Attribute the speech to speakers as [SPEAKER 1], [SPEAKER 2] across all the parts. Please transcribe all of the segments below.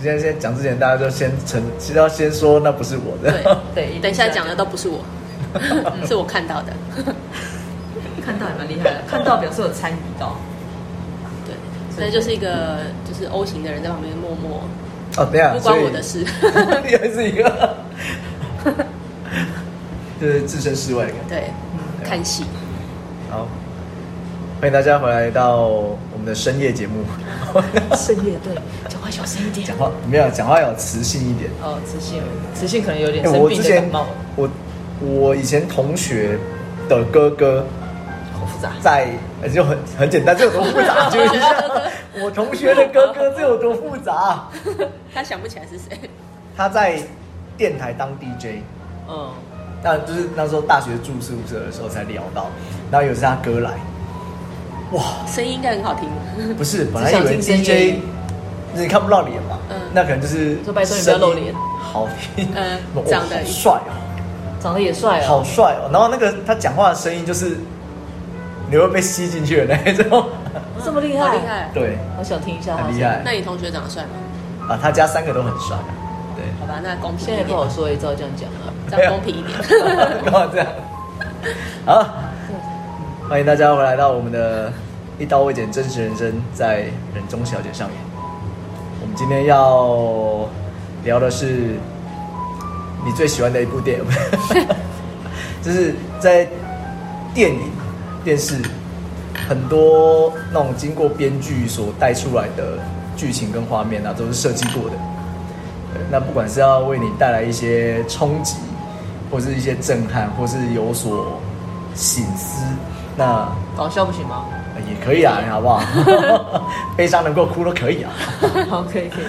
[SPEAKER 1] 今天先讲之前，大家就先承，其实要先说那不是我的。
[SPEAKER 2] 对
[SPEAKER 3] 对，
[SPEAKER 2] 等一下讲的
[SPEAKER 3] 的
[SPEAKER 2] 都不是我，嗯是我看到的。
[SPEAKER 3] 看到也蛮厉害的，看到表示有参与到，
[SPEAKER 2] 对，那就是一个就是 O 型的人在旁边默默，
[SPEAKER 1] 哦，等一下，
[SPEAKER 2] 不关我的 事。
[SPEAKER 1] 所以，又是一个， 就是置身事外的感觉。
[SPEAKER 2] 对，
[SPEAKER 1] 嗯
[SPEAKER 2] 看戏。
[SPEAKER 1] 好，欢迎大家回来到我们的深夜节目。
[SPEAKER 3] 深夜对，讲话小声一点
[SPEAKER 1] 讲话没有，讲话要有磁性一点。
[SPEAKER 3] 哦，磁性，磁性可能有点
[SPEAKER 1] 哎
[SPEAKER 3] 生
[SPEAKER 1] 我
[SPEAKER 3] 病
[SPEAKER 1] 之
[SPEAKER 3] 的感
[SPEAKER 1] 前
[SPEAKER 3] 冒，
[SPEAKER 1] 我我以前同学的哥哥
[SPEAKER 3] 好复杂。
[SPEAKER 1] 在，呃就很很简单，这有多复杂？就一下，我同学的哥哥这有多复杂啊？
[SPEAKER 2] 他想不起来是谁。
[SPEAKER 1] 他在电台当 DJ，
[SPEAKER 3] 嗯，
[SPEAKER 1] 但就是那时候大学住宿舍的时候才聊到，然后有一次他哥来，哇，
[SPEAKER 2] 声音应该很好听，
[SPEAKER 1] 不是，本来以为
[SPEAKER 3] 只想听
[SPEAKER 1] DJ
[SPEAKER 3] 声音
[SPEAKER 1] 你看不到脸嘛，
[SPEAKER 2] 嗯
[SPEAKER 1] 那可能就是
[SPEAKER 3] 说拜托你不要露
[SPEAKER 1] 声
[SPEAKER 3] 脸
[SPEAKER 1] 音好听，
[SPEAKER 2] 嗯
[SPEAKER 1] 哇
[SPEAKER 2] 长得
[SPEAKER 1] 好帅哦。
[SPEAKER 3] 长得也帅哦，
[SPEAKER 1] 好帅哦！然后那个他讲话的声音就是你会被吸进去的那一种，
[SPEAKER 3] 这么厉
[SPEAKER 2] 好
[SPEAKER 3] 害，
[SPEAKER 2] 厉，害。
[SPEAKER 1] 对
[SPEAKER 3] 好想听一下他的
[SPEAKER 1] 很
[SPEAKER 3] 声
[SPEAKER 1] 厉
[SPEAKER 3] 音。
[SPEAKER 1] 害
[SPEAKER 2] 那你同学长得帅吗？
[SPEAKER 1] 啊，他家三个都很帅，啊对，
[SPEAKER 2] 好吧，那公平
[SPEAKER 3] 现在
[SPEAKER 2] 一
[SPEAKER 3] 也不好
[SPEAKER 2] 点，
[SPEAKER 3] 说，也只好这样讲啊了。
[SPEAKER 2] 这样公平一点。
[SPEAKER 1] 干嘛这样？好，欢迎大家回来到我们的一刀未剪真实人生在人中小姐上演。我们今天要聊的是你最喜欢的一部电影，就是在电影、电视很多那种经过编剧所带出来的剧情跟画面啊，都是设计过的。对那不管是要为你带来一些冲击，或是一些震撼，或是有所醒思，那
[SPEAKER 3] 搞笑不行吗？
[SPEAKER 1] 呃也可以啊，好不好？ 悲伤能够哭都可以啊。
[SPEAKER 3] 好，可以可以。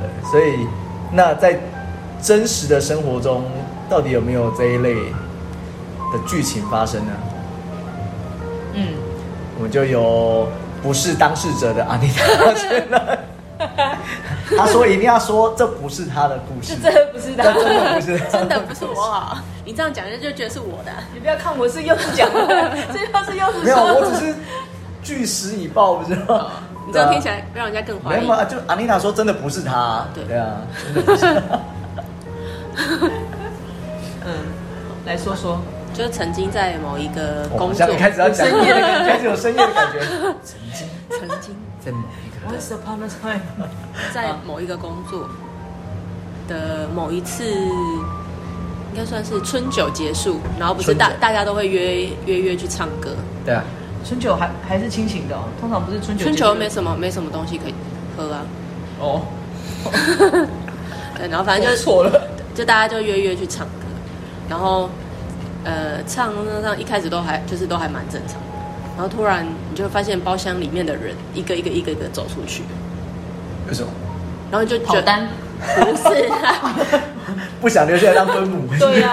[SPEAKER 1] 对，所以那在真实的生活中，到底有没有这一类的剧情发生呢？
[SPEAKER 3] 嗯，
[SPEAKER 1] 我们就由不是当事者的阿妮塔先 来。他说一定要说这不是他的故事
[SPEAKER 3] 这，真的不是
[SPEAKER 1] 这
[SPEAKER 3] 他，
[SPEAKER 1] 真的不是，
[SPEAKER 2] 真的不是我好，你这样讲就就觉得是我的。
[SPEAKER 3] 你不要看我是柚子讲的， 这又是柚子
[SPEAKER 1] 没有，
[SPEAKER 3] 说的
[SPEAKER 1] 我只是据实以报，不知道。
[SPEAKER 2] 你这样听起
[SPEAKER 1] 来
[SPEAKER 2] 来让人家更怀
[SPEAKER 1] 啊没有啊嘛？
[SPEAKER 2] 疑。
[SPEAKER 1] 就阿妮塔说真的不是他，
[SPEAKER 2] 对
[SPEAKER 1] 对啊，
[SPEAKER 3] 嗯，来说说，
[SPEAKER 2] 就是曾经在某一个
[SPEAKER 1] 我
[SPEAKER 2] 工
[SPEAKER 1] 哦好
[SPEAKER 2] 作
[SPEAKER 1] 像，开始要讲
[SPEAKER 3] 深夜的感觉
[SPEAKER 1] 开始有深夜的感觉。曾经
[SPEAKER 2] 曾经
[SPEAKER 1] 在某一个
[SPEAKER 3] Once upon a time，
[SPEAKER 2] 在某一个工作的某一次，应该算是春酒结束，然后不是
[SPEAKER 1] 春酒
[SPEAKER 2] 大大家都会约约约去唱歌，
[SPEAKER 1] 对啊，
[SPEAKER 3] 春酒还还是清醒的哦，通常不是春酒
[SPEAKER 2] 春
[SPEAKER 3] 结束
[SPEAKER 2] 酒没什么没什么东西可以喝啊，
[SPEAKER 3] 哦，
[SPEAKER 2] 对，然后反正
[SPEAKER 3] 我
[SPEAKER 2] 就
[SPEAKER 3] 错了，
[SPEAKER 2] 就大家就约约去唱歌，然后呃唱唱唱，一开始都还就是都还蛮正常的，然后突然你就会发现包厢里面的人一个一个一个一个走出去，
[SPEAKER 1] 为什么
[SPEAKER 2] 然后你就觉
[SPEAKER 3] 跑
[SPEAKER 2] 得
[SPEAKER 3] 单，
[SPEAKER 2] 不是、啊，
[SPEAKER 1] 不想留下来当分母？
[SPEAKER 3] 对 呀、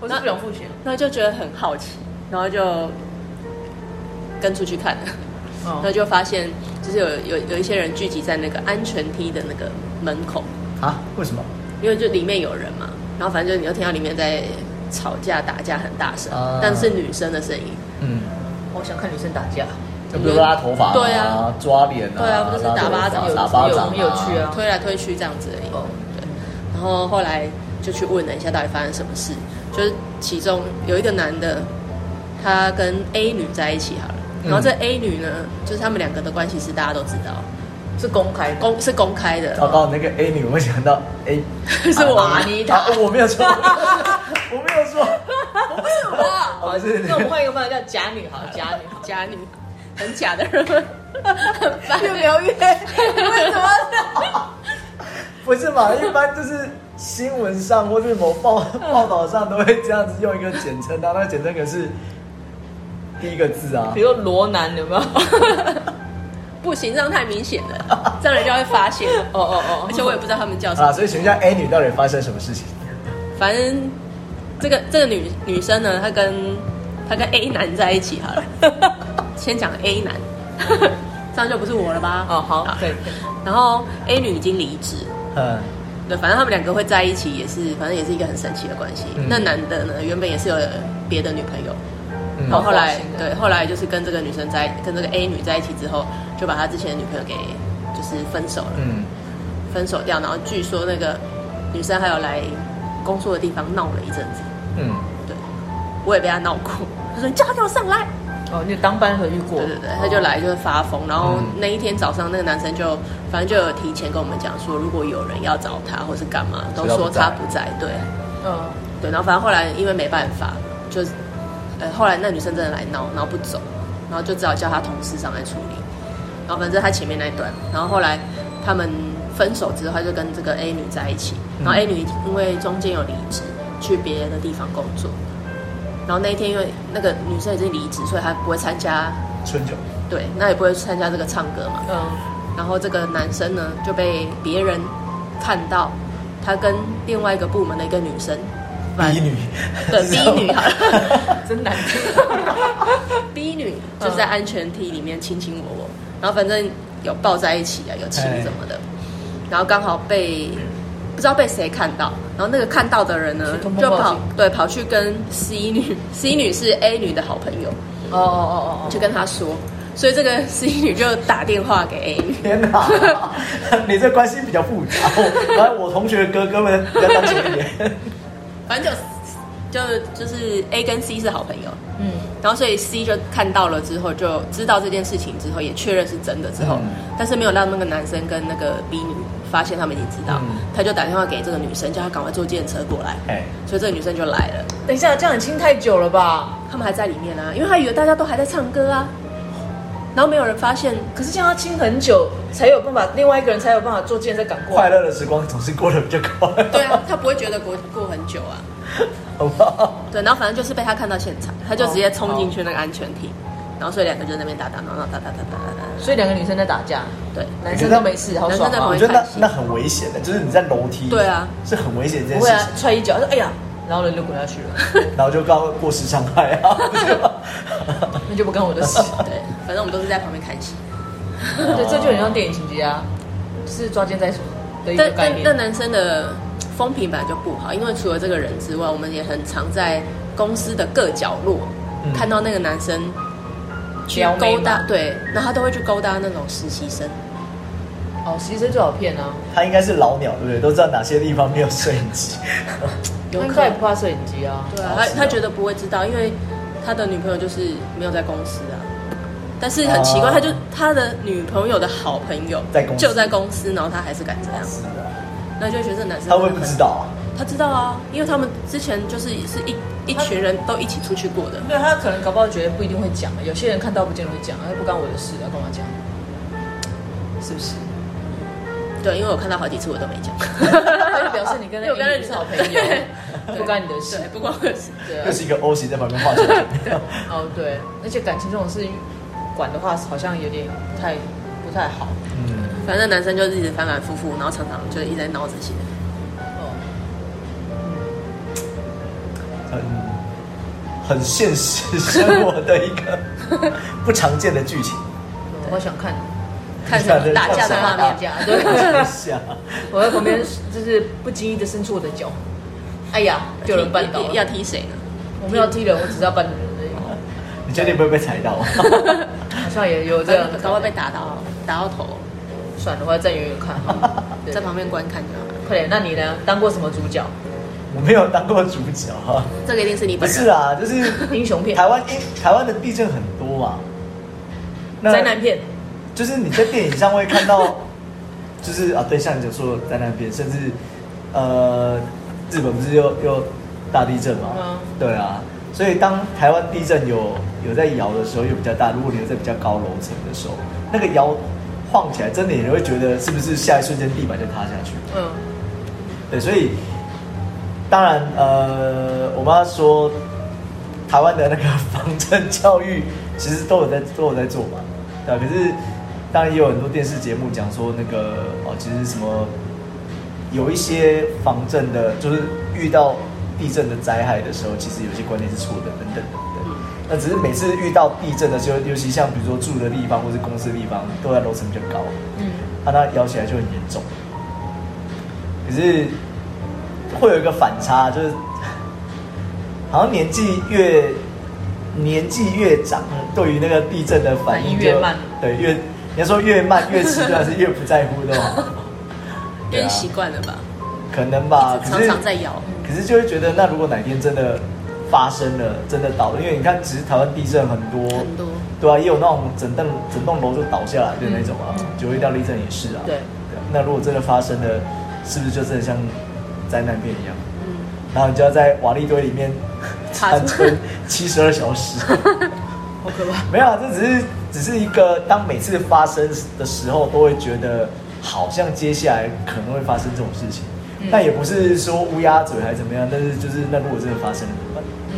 [SPEAKER 3] 我是不想付钱，
[SPEAKER 2] 然后就觉得很好奇，然后就跟出去看了，然后
[SPEAKER 3] 哦，
[SPEAKER 2] 就发现就是有有有一些人聚集在那个安全梯的那个门口，
[SPEAKER 1] 啊？为什么？
[SPEAKER 2] 因为就里面有人嘛，然后反正就你就听到里面在吵架打架很大声，
[SPEAKER 1] 啊
[SPEAKER 2] 但是女生的声音，
[SPEAKER 1] 嗯，
[SPEAKER 3] 我想看女生打架，
[SPEAKER 1] 就比如拉头发，
[SPEAKER 2] 对啊，
[SPEAKER 1] 抓脸啊，
[SPEAKER 2] 对啊不是
[SPEAKER 1] 拉头发
[SPEAKER 2] 打巴掌
[SPEAKER 1] 打巴掌啊，
[SPEAKER 3] 有有有趣啊
[SPEAKER 2] 推来推去这样子而已。
[SPEAKER 3] 哦，
[SPEAKER 2] 然后后来就去问了一下到底发生什么事，就是其中有一个男的，他跟 A 女在一起好了，
[SPEAKER 1] 嗯
[SPEAKER 2] 然后这 A 女呢，就是他们两个的关系是大家都知道，
[SPEAKER 3] 是公开的，哦
[SPEAKER 2] 公是公开的，
[SPEAKER 1] 糟哦糕，那个 A 女，我想到 A，
[SPEAKER 2] 是我
[SPEAKER 3] 阿妮塔
[SPEAKER 1] 啊我没有说，我没有说，我不是我，
[SPEAKER 3] 那我们
[SPEAKER 1] 不是，
[SPEAKER 3] 换一个方向叫假女好，假 女好，
[SPEAKER 2] 假女，很假的人， 很烦。
[SPEAKER 3] 越描 越，为什么？
[SPEAKER 1] 不是嘛？一般就是新闻上或是某报报道上都会这样子用一个简称的，那个简称可是第一个字啊
[SPEAKER 3] 比，如说罗南有没有？
[SPEAKER 2] 不行，这样太明显了，这样人家会发现。
[SPEAKER 3] 哦哦哦，
[SPEAKER 2] 而且我也不知道他们叫什
[SPEAKER 1] 啊，
[SPEAKER 2] 么，
[SPEAKER 1] 所以请问一下 A 女到底发生什么事情？
[SPEAKER 2] 反正这个这个女女生呢，她跟她跟 A 男在一起好 了，先讲 A 男， 这样就不是我了吧？啊
[SPEAKER 3] 哦好，可以可以，
[SPEAKER 2] 然后 A 女已经离职，
[SPEAKER 1] 嗯，
[SPEAKER 2] 对，反正他们两个会在一起，也是反正也是一个很神奇的关系。
[SPEAKER 1] 嗯
[SPEAKER 2] 那男的呢，原本也是有别的女朋友，
[SPEAKER 1] 嗯
[SPEAKER 2] 然后后来
[SPEAKER 3] 好花心的
[SPEAKER 2] 对，后来就是跟这个女生在跟这个 A 女在一起之后，就把他之前的女朋友给就是分手了。
[SPEAKER 1] 嗯，
[SPEAKER 2] 分手掉，然后据说那个女生还有来工作的地方闹了一阵子，
[SPEAKER 1] 嗯，
[SPEAKER 2] 对，我也被她闹过，她说你叫她给我上来，
[SPEAKER 3] 哦，你当班的时候遇过？
[SPEAKER 2] 对对对，他就来就是发疯，然后那一天早上那个男生就反正就有提前跟我们讲说，如果有人要找他或是干嘛，都说他不在，对
[SPEAKER 3] 嗯，
[SPEAKER 2] 对，然后反正后来因为没办法，就是呃后来那女生真的来闹，然后不走，然后就只好叫他同事上来处理，然后反正他前面那一段，然后后来他们分手之后，他就跟这个 A 女在一起，然后 A 女因为中间有离职去别的地方工作。然后那一天，因为那个女生已经离职，所以她不会参加
[SPEAKER 1] 嗯春酒，
[SPEAKER 2] 对，那也不会参加这个唱歌嘛。
[SPEAKER 3] 嗯，
[SPEAKER 2] 然后这个男生呢就被别人看到，他跟另外一个部门的一个女生，
[SPEAKER 1] 逼女，
[SPEAKER 2] 对 B 女好了
[SPEAKER 3] 真难听。
[SPEAKER 2] ，B 女
[SPEAKER 3] 嗯
[SPEAKER 2] 就是在安全梯里面卿卿我我，然后反正有抱在一起啊，有亲
[SPEAKER 3] 哎
[SPEAKER 2] 什么的，然后刚好被不知道被谁看到，然后那个看到的人呢
[SPEAKER 3] 去通风
[SPEAKER 2] 就
[SPEAKER 3] 报
[SPEAKER 2] 跑
[SPEAKER 3] 信
[SPEAKER 2] 对跑去跟 C 女，C 女是 A 女的好朋友，
[SPEAKER 3] 哦哦哦哦
[SPEAKER 2] 就跟她说，所以这个 C 女就打电话给 A 女。
[SPEAKER 1] 天哪，你这关系比较复杂哦。然后我同学的哥哥们比较单纯一点，
[SPEAKER 2] 反正就就就是 A 跟 C 是好朋友，
[SPEAKER 3] 哦，嗯，
[SPEAKER 2] 然后所以 C 就看到了之后，就知道这件事情之后，也确认是真的之后，
[SPEAKER 1] 嗯
[SPEAKER 2] 但是没有让那个男生跟那个 B 女发现他们已经知道，
[SPEAKER 1] 嗯
[SPEAKER 2] 他就打电话给这个女生，叫她赶快坐电车过来，
[SPEAKER 1] 哎，
[SPEAKER 2] 所以这个女生就来了，
[SPEAKER 3] 等一下，这样你亲太久了吧？
[SPEAKER 2] 他们还在里面啊，因为他以为大家都还在唱歌啊，然后没有人发现，
[SPEAKER 3] 可是这样要亲很久才有办法，另外一个人才有办法坐健再赶过
[SPEAKER 1] 快
[SPEAKER 3] 来。
[SPEAKER 1] 乐的时光总是过得比较快，
[SPEAKER 2] 对 啊，他不会觉得过过很久啊，
[SPEAKER 1] 好不好？
[SPEAKER 2] 对，然后反正就是被他看到现场，他就直接冲进去那个安全梯，然后所以两个就在那边打打闹闹，打打打打打打打，
[SPEAKER 3] 所以两个女生在打架，
[SPEAKER 2] 对。
[SPEAKER 3] 男生都没事，好爽
[SPEAKER 2] 男生在旁
[SPEAKER 1] 我
[SPEAKER 3] 啊！
[SPEAKER 1] 觉得那那很危险的，就是你在楼梯，
[SPEAKER 2] 对啊，
[SPEAKER 1] 是很危险这件
[SPEAKER 3] 不
[SPEAKER 1] 事
[SPEAKER 3] 会啊
[SPEAKER 1] 情，，
[SPEAKER 3] 踹一脚，说哎呀，然后人就滚下去了，
[SPEAKER 1] 然后就告过失伤害啊，不是吗
[SPEAKER 3] 那就不干我 的事。
[SPEAKER 2] 对，反正我们都是在旁边看戏。
[SPEAKER 3] 对，这就很像电影情节啊，就是抓奸在所的一个
[SPEAKER 2] 但
[SPEAKER 3] 概
[SPEAKER 2] 但但
[SPEAKER 3] 念。
[SPEAKER 2] 男生的风评本来就不好，因为除了这个人之外，我们也很常在公司的各角落、
[SPEAKER 1] 嗯
[SPEAKER 2] 看到那个男生去
[SPEAKER 3] 撩妹
[SPEAKER 2] 勾搭
[SPEAKER 3] 吗，
[SPEAKER 2] 对，然后他都会去勾搭那种实习生。
[SPEAKER 3] 哦，实习生最好骗啊，
[SPEAKER 1] 他应该是老鸟，对不对？都知道哪些地方没有摄影机，
[SPEAKER 2] 有
[SPEAKER 3] 他应
[SPEAKER 2] 可
[SPEAKER 3] 该也
[SPEAKER 2] 能
[SPEAKER 3] 不怕摄影机啊。
[SPEAKER 2] 对啊
[SPEAKER 1] 哦，
[SPEAKER 2] 他
[SPEAKER 1] 是哦
[SPEAKER 2] 他觉得不会知道，因为他的女朋友就是没有在公司啊。但是很奇怪，
[SPEAKER 1] 哦
[SPEAKER 2] 他就他的女朋友的好朋友
[SPEAKER 1] 在公司
[SPEAKER 2] 就在公司，然后他还是敢这样，
[SPEAKER 1] 是的，
[SPEAKER 2] 那就会觉得这男生
[SPEAKER 1] 他会
[SPEAKER 2] 真
[SPEAKER 1] 不
[SPEAKER 2] 的很
[SPEAKER 1] 知道啊？
[SPEAKER 2] 他知道啊，因为他们之前就是是一一群人都一起出去过的。
[SPEAKER 3] 对，他可能搞不好觉得不一定会讲，啊有些人看到不见得会讲，啊那不干我的事，要干嘛讲？是 不是？
[SPEAKER 2] 对，因为我看到好几次我都没讲。
[SPEAKER 3] 那就表示你跟那
[SPEAKER 2] 因为我跟那
[SPEAKER 3] 个
[SPEAKER 2] 女
[SPEAKER 3] 女是
[SPEAKER 2] 生
[SPEAKER 3] 好朋友
[SPEAKER 2] 对，
[SPEAKER 3] 不干你的事
[SPEAKER 2] 对，。不光是
[SPEAKER 3] 对啊
[SPEAKER 1] 又，是一个 O 型在旁边画圈 圈，
[SPEAKER 3] 哦对，而且感情这种事管的话，好像有点不太不太好。
[SPEAKER 1] 嗯，
[SPEAKER 2] 反正男生就一直反反复复，然后常常就一直在闹这些。
[SPEAKER 3] 哦，
[SPEAKER 1] 很很现实生活的一 个不常见的剧情，
[SPEAKER 3] 我想看，
[SPEAKER 2] 看什么打架的画
[SPEAKER 3] 打
[SPEAKER 2] 面，
[SPEAKER 3] 架，
[SPEAKER 1] 我
[SPEAKER 3] 对。
[SPEAKER 1] 想一下，
[SPEAKER 3] 我在旁边就是不经意的伸出我的脚，哎呀， 就有人绊倒了。
[SPEAKER 2] 要踢谁呢？
[SPEAKER 3] 我没有踢人，我只是要绊人而已。
[SPEAKER 1] 你确定不会被踩到？
[SPEAKER 3] 好像也有这样的可能，
[SPEAKER 2] 赶快被打到打到头，
[SPEAKER 3] 算了，我要站远远 看好了。对
[SPEAKER 2] 在旁边观看就好了。
[SPEAKER 3] 快点，那你呢？当过什么主角？
[SPEAKER 1] 我没有当过主角啊，
[SPEAKER 2] 这个一定是你
[SPEAKER 1] 不
[SPEAKER 2] 本人。
[SPEAKER 1] 是啊，就是
[SPEAKER 3] 英雄片、
[SPEAKER 1] 台湾因台湾的地震很多嘛，那
[SPEAKER 3] 灾难片，
[SPEAKER 1] 就是你在电影上会看到， 就是啊，对，像你所说的在那边，甚至呃，日本不是又又大地震吗？
[SPEAKER 3] 嗯
[SPEAKER 1] 对啊，所以当台湾地震有有在摇的时候，又比较大，如果你又在比较高楼层的时候，那个摇晃起来，真的你会觉得是不是下一瞬间地板就塌下去？
[SPEAKER 3] 嗯，
[SPEAKER 1] 对，所以当然呃，我们要说台湾的那个防震教育，其实都有在 都有在做嘛，对、啊、可是当然也有很多电视节目讲说那个哦，其实什么有一些防震的，就是遇到地震的灾害的时候，其实有些观念是错的，等等等等。
[SPEAKER 2] 嗯
[SPEAKER 1] 那只是每次遇到地震的时候，尤其像比如说住的地方或是公司的地方，都在楼层比较高，
[SPEAKER 3] 嗯，
[SPEAKER 1] 它那摇起来就很严重。可是会有一个反差，就是 好像年纪越年纪越长，对于那个地震的反应
[SPEAKER 3] 反应越
[SPEAKER 1] 就
[SPEAKER 3] 慢
[SPEAKER 1] 对越你要说越慢越迟钝，还是越不在乎的嘛？
[SPEAKER 2] 因
[SPEAKER 1] 对
[SPEAKER 2] 为
[SPEAKER 1] 啊
[SPEAKER 2] 习惯了吧，
[SPEAKER 1] 可能吧，可
[SPEAKER 2] 常
[SPEAKER 1] 是
[SPEAKER 2] 常在咬。
[SPEAKER 1] 可是就会觉得，那如果哪天真的发生了，真的倒了，因为你看，其实台湾地震很多，
[SPEAKER 2] 很多
[SPEAKER 1] 对啊，也有那种整栋整栋楼就倒下来的那种
[SPEAKER 2] 嗯
[SPEAKER 1] 啊，九一到地震也是啊。
[SPEAKER 3] 对
[SPEAKER 1] 啊那如果真的发生了，是不是就真的像灾难片一样？
[SPEAKER 2] 嗯，
[SPEAKER 1] 然后你就要在瓦砾堆里 面
[SPEAKER 2] 插
[SPEAKER 1] 残存七十二小时。
[SPEAKER 3] 好可怕。
[SPEAKER 1] 没有啊，这只是只是一个，当每次发生的时候，都会觉得好像接下来可能会发生这种事情。
[SPEAKER 3] 嗯
[SPEAKER 1] 但也不是说乌鸦嘴还是怎么样，但是就是那如果真的发生了怎么办？
[SPEAKER 3] 嗯，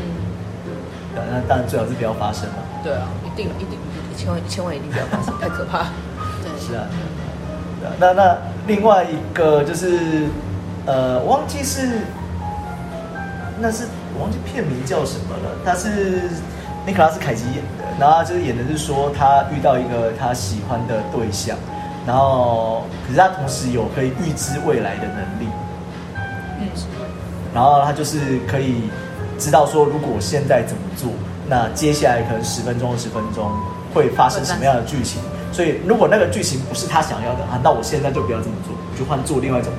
[SPEAKER 1] 对啊那当然最好是不要发生嘛。
[SPEAKER 3] 对啊，一定一定，千万千万一定不要发生，太可怕。
[SPEAKER 2] 对，
[SPEAKER 1] 是啊，对啊那那另外一个就是呃，我忘记是那是我忘记片名叫什么了，他是尼克拉斯凯奇演的，然后他就是演的是说他遇到一个他喜欢的对象，然后可是他同时有可以预知未来的能力，
[SPEAKER 3] 嗯，
[SPEAKER 1] 然后他就是可以知道说，如果我现在怎么做，那接下来可能十分钟、二十分钟会发生什么样的剧情。所以如果那个剧情不是他想要的啊，那我现在就不要这么做，我就换做另外一种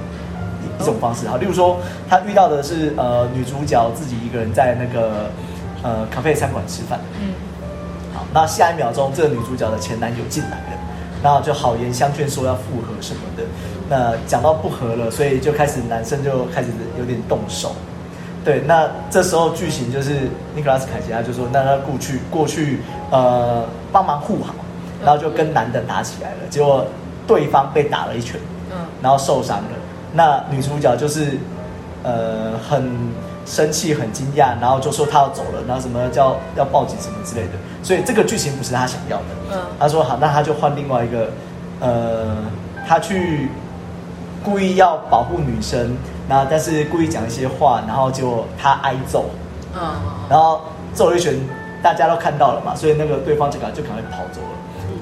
[SPEAKER 1] 一一种方式。好，例如说他遇到的是呃女主角自己一个人在那个呃咖啡餐馆吃饭，
[SPEAKER 3] 嗯，
[SPEAKER 1] 好，那下一秒钟，这个女主角的前男友进来了，然后就好言相劝说要复合什么的。那讲到不合了，所以就开始男生就开始有点动手。对，那这时候剧情就是尼克拉斯凯奇他就说，那他过去过去呃帮忙护航，然后就跟男的打起来了，结果对方被打了一拳，
[SPEAKER 3] 嗯，
[SPEAKER 1] 然后受伤了。那女主角就是呃很生气、很惊讶，然后就说她要走了，然后什么叫要报警什么之类的。所以这个剧情不是她想要的。
[SPEAKER 3] 嗯
[SPEAKER 1] 她说好，那她就换另外一个，呃，她去故意要保护女生，然后但是故意讲一些话，然后结果她挨揍，
[SPEAKER 3] 嗯，
[SPEAKER 1] 然后揍了一拳，大家都看到了嘛，所以那个对方就赶就赶快跑走了。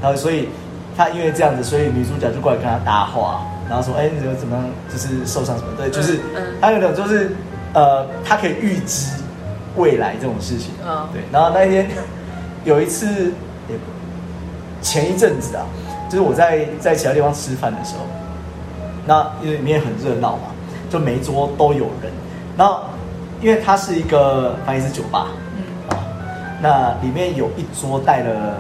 [SPEAKER 1] 然后所以他因为这样子，所以女主角就过来跟他搭话，然后说：“哎，你怎么怎么样，就是受伤什么？”对，就是
[SPEAKER 2] 嗯
[SPEAKER 1] 他有种就是呃，他可以预知未来这种事情。
[SPEAKER 3] 嗯
[SPEAKER 1] 对。然后那一天有一次，也前一阵子啊，就是我在在其他地方吃饭的时候，那因为里面很热闹嘛，就每一桌都有人。然后因为它是一个反正也是酒吧
[SPEAKER 3] 嗯，
[SPEAKER 1] 啊，那里面有一桌带了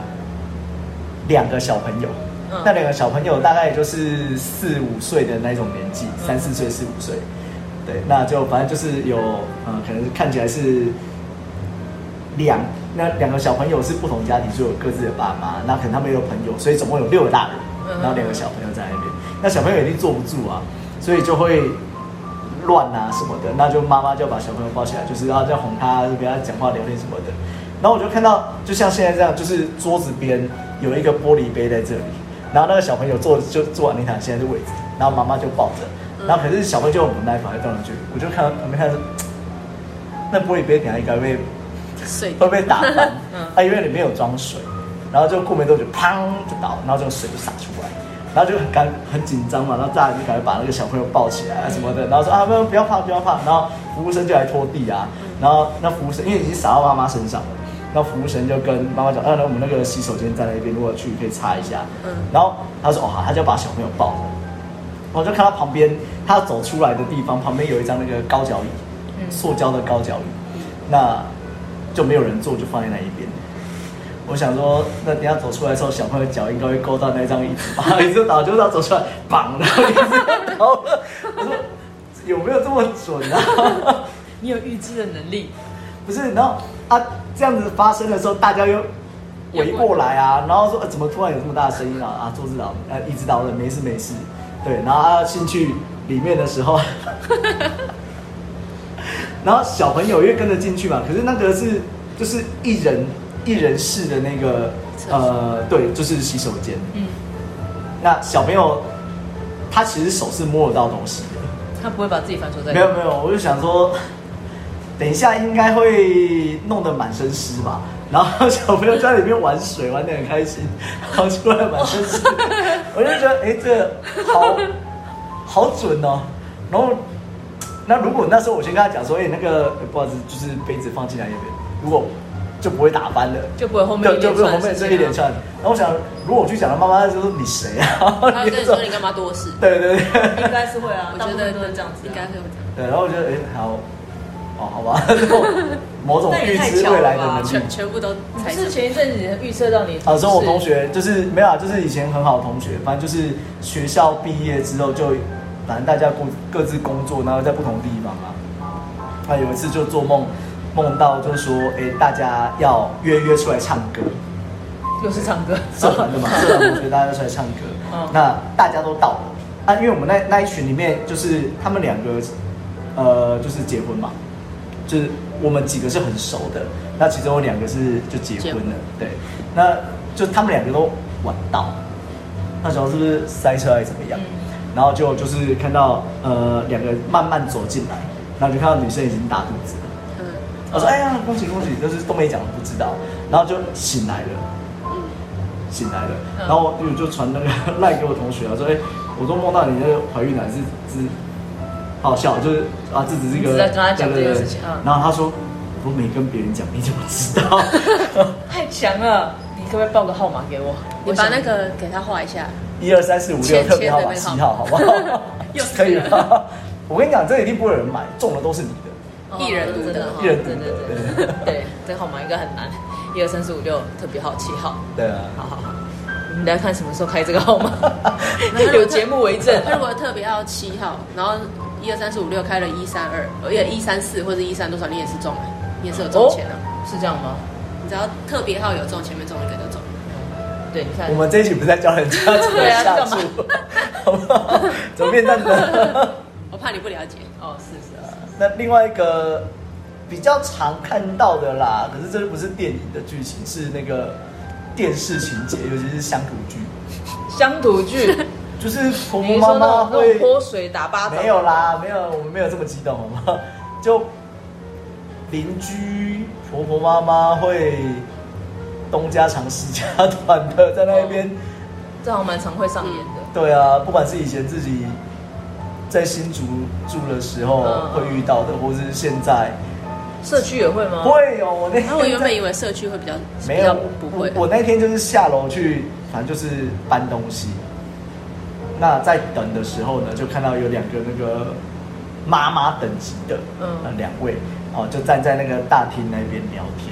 [SPEAKER 1] 两个小朋友，
[SPEAKER 3] 嗯
[SPEAKER 1] 那两个小朋友大概也就是四五岁的那种年纪，
[SPEAKER 3] 嗯
[SPEAKER 1] 三四岁、四五岁。对，那就反正就是有呃，可能看起来是两那两个小朋友是不同家庭，就有各自的爸妈，那可能他们也有朋友，所以总共有六个大人，
[SPEAKER 3] 嗯
[SPEAKER 1] 然后两个小朋友在那边，那小朋友一定坐不住啊，所以就会乱啊什么的，那就妈妈就把小朋友抱起来，就是要再哄他，就跟他讲话聊天什么的。然后我就看到，就像现在这样，就是桌子边有一个玻璃杯在这里，然后那个小朋友坐就坐完那堂现在的位置，然后妈妈就抱着，然后可是小朋友就很不耐烦，就动上去，我就看到旁边看到那玻璃杯等一下应该会
[SPEAKER 2] 碎
[SPEAKER 1] 会被打翻
[SPEAKER 3] 嗯，
[SPEAKER 1] 啊，因为里面有装水，然后就过没多久，砰就倒，然后这个水就洒出来，然后就很干很紧张嘛，然后大家就赶快把那个小朋友抱起来啊什么的，然后说啊不要不要怕不要怕，然后服务生就来拖地啊，然后那服务生因为已经洒到妈妈身上了。然后服务生就跟妈妈讲，啊，那我们那个洗手间在那边，如果去可以擦一下。
[SPEAKER 2] 嗯
[SPEAKER 1] 然后他说，哦，好，他就把小朋友抱着，我就看到旁边他走出来的地方，旁边有一张那个高脚椅，
[SPEAKER 3] 嗯
[SPEAKER 1] 塑胶的高脚椅，那就没有人坐，就放在那一边。我想说，那等一下走出来的时候，小朋友脚应该会勾到那张椅子吧，椅子倒就是要走出来，绑然后椅子倒了。我说有没有这么准啊？
[SPEAKER 3] 你有预知的能力，
[SPEAKER 1] 不是，然后啊这样子发生的时候，大家又围过来啊，然后说、呃、怎么突然有这么大的声音啊？啊，桌子倒，呃，椅子倒了，没事没事。对，然后啊进去里面的时候， 然后小朋友也跟着进去嘛，可是那个是就是一人一人式的那个呃，对，就是洗手间。
[SPEAKER 3] 嗯，
[SPEAKER 1] 那小朋友他其实手是摸得到东西的。
[SPEAKER 3] 他不会把自己反锁在里
[SPEAKER 1] 没
[SPEAKER 3] 面
[SPEAKER 1] 有没有，我就想说，等一下应该会弄得满身湿吧。然后小朋友在里面玩水，玩得很开心，然后出来满身湿，我就觉得哎、诶这个好好准哦。然后，哎那如果那时候我先跟他讲说，哎、那个、诶不好意思，就是杯子放进来也没有。如果就不会打翻了。
[SPEAKER 3] 就不会后面
[SPEAKER 1] 就
[SPEAKER 3] 一
[SPEAKER 1] 就
[SPEAKER 3] 连
[SPEAKER 1] 不是
[SPEAKER 3] 串
[SPEAKER 1] 后
[SPEAKER 3] 的
[SPEAKER 1] 面
[SPEAKER 3] 事
[SPEAKER 1] 这
[SPEAKER 3] 情
[SPEAKER 1] 一连
[SPEAKER 3] 啊。
[SPEAKER 1] 串，然后我想，如果我去讲他妈妈，就说你谁啊？然后
[SPEAKER 2] 他会
[SPEAKER 1] 你
[SPEAKER 2] 跟你
[SPEAKER 1] 就
[SPEAKER 2] 说你干嘛多事？
[SPEAKER 1] 对对对
[SPEAKER 3] 应该是会 啊，
[SPEAKER 2] 我
[SPEAKER 3] 大
[SPEAKER 2] 觉
[SPEAKER 3] 部
[SPEAKER 2] 得
[SPEAKER 3] 分都是这样子啊，
[SPEAKER 2] 应该会这样。
[SPEAKER 1] 对，然后我觉得哎，好，哦，好 吧，这种某种
[SPEAKER 3] 那也
[SPEAKER 1] 预
[SPEAKER 3] 太
[SPEAKER 1] 知
[SPEAKER 3] 巧了
[SPEAKER 1] 未来的
[SPEAKER 3] 吧
[SPEAKER 1] 能力
[SPEAKER 2] 全。全部都
[SPEAKER 3] 不
[SPEAKER 2] 猜
[SPEAKER 3] 嗯
[SPEAKER 2] 测。
[SPEAKER 3] 是前一阵子预测到你
[SPEAKER 1] 啊，所以我
[SPEAKER 3] 是
[SPEAKER 1] 同学就是没有啊，就是以前很好的同学，反正就是学校毕业之后就，反正大家各各自工作，然后在不同地方嘛。那有一次就做梦，梦到就说，哎、大家要约约出来唱歌，
[SPEAKER 3] 又是唱歌，
[SPEAKER 1] 社团 的嘛，社团同学大家都出来唱歌
[SPEAKER 3] 嗯，
[SPEAKER 1] 那大家都到了，那、因为我们那那一群里面就是他们两个，呃，就是结婚嘛，就是我们几个是很熟的，那其中有两个是就结婚了，对，那就他们两个都晚到，那时候是不是塞车还是怎么样？然后就就是看到呃两个慢慢走进来，然后就看到女生已经大肚子了。
[SPEAKER 2] 嗯
[SPEAKER 1] 我说：“哎呀，恭喜恭喜！”就是都没讲，不知道。然后就醒来了，
[SPEAKER 2] 嗯，
[SPEAKER 1] 醒来了。
[SPEAKER 3] 嗯
[SPEAKER 1] 然后我就传那个 赖给我同学啊，说：“哎，我都梦到你那个怀孕了，是是，好笑，就是啊，这只是一
[SPEAKER 3] 你
[SPEAKER 1] 个
[SPEAKER 3] 只在跟他讲
[SPEAKER 1] 对对
[SPEAKER 3] 这件
[SPEAKER 1] 对
[SPEAKER 3] 事情嗯
[SPEAKER 1] 然后他说：“我没跟别人讲，你怎么知道
[SPEAKER 3] 太强了！你可不可以报个号码给我？
[SPEAKER 2] 你
[SPEAKER 3] 我
[SPEAKER 2] 把
[SPEAKER 3] 想
[SPEAKER 2] 那个给他画一下，？”
[SPEAKER 1] 一二三四五六
[SPEAKER 2] 签
[SPEAKER 1] 特别号
[SPEAKER 2] 签的
[SPEAKER 1] 码
[SPEAKER 2] 那个
[SPEAKER 1] 七
[SPEAKER 2] 号
[SPEAKER 1] 号，好不 好
[SPEAKER 2] 又？是
[SPEAKER 1] 可以吧？我跟你讲，这一定不会有人买，中的都是你的，
[SPEAKER 3] 哦
[SPEAKER 2] 一人独得，
[SPEAKER 3] 真的哈，
[SPEAKER 1] 一人独
[SPEAKER 3] 对对
[SPEAKER 1] 得对
[SPEAKER 3] 对 对这号码应该很难，一二三四五六，特别好，七号，
[SPEAKER 1] 对啊。
[SPEAKER 3] 好好好，你们来看什么时候开这个号 码有节目为证。啊
[SPEAKER 2] 他如果特别要七号，然后一二三四五六开了一三二，而且一三四或者一三多少，你也是中了，你也是有中钱的。
[SPEAKER 3] 哦，是这样吗？
[SPEAKER 2] 你只要特别号有中，前面中一个就中。
[SPEAKER 3] 对，你看
[SPEAKER 1] 我们这一集不是在教人家怎么
[SPEAKER 3] 嗯对啊
[SPEAKER 1] 下
[SPEAKER 3] 干嘛
[SPEAKER 1] 注，好不好？怎么变这样呢？
[SPEAKER 2] 我怕你不了解，
[SPEAKER 3] 哦是是是，
[SPEAKER 1] 那另外一个比较常看到的啦，可是这不是电影的剧情，是那个电视情节，尤其是乡土剧，
[SPEAKER 3] 乡土剧，
[SPEAKER 1] 就是婆婆
[SPEAKER 3] 你
[SPEAKER 1] 妈
[SPEAKER 3] 说那
[SPEAKER 1] 妈
[SPEAKER 3] 种那
[SPEAKER 1] 会
[SPEAKER 3] 种泼水打巴掌，
[SPEAKER 1] 没有啦，没有，我们没有这么激动，好吗？就邻居婆婆妈妈会东家长西家短的在那
[SPEAKER 3] 嗯
[SPEAKER 1] 边。
[SPEAKER 3] 这好像蛮常会上演的。
[SPEAKER 1] 对啊，不管是以前自己在新竹住的时候
[SPEAKER 3] 嗯
[SPEAKER 1] 会遇到的，或是现在
[SPEAKER 3] 社区也嗯会吗？
[SPEAKER 1] 会有。我那
[SPEAKER 2] 然后我
[SPEAKER 1] 天
[SPEAKER 2] 原
[SPEAKER 1] 在
[SPEAKER 2] 本以为社区会比较
[SPEAKER 1] 没
[SPEAKER 2] 比较
[SPEAKER 1] 有
[SPEAKER 2] 不会
[SPEAKER 1] 我，我那天就是下楼去，反正就是搬东西。那在等的时候呢，就看到有两个那个妈妈等级的，
[SPEAKER 3] 嗯
[SPEAKER 1] 嗯，两位哦，就站在那个大厅那边聊天，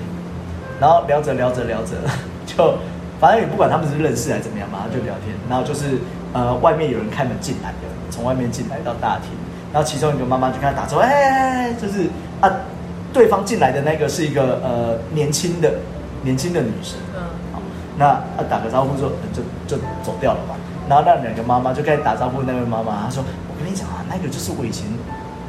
[SPEAKER 1] 然后聊着聊着聊着， 就反正也不管他们是认识还是怎么样嘛，就聊天。然后就是呃，外面有人开门进来的，从外面进来到大厅，然后其中一个妈妈就跟他打招呼，哎哎，哎就是啊，对方进来的那个是一个呃年轻的年轻的女生，
[SPEAKER 3] 嗯，
[SPEAKER 1] 好，那啊打个招呼说就就走掉了嘛。然后那两个妈妈就开始打招呼那位妈妈，她说：“我跟你讲啊，那个就是我以前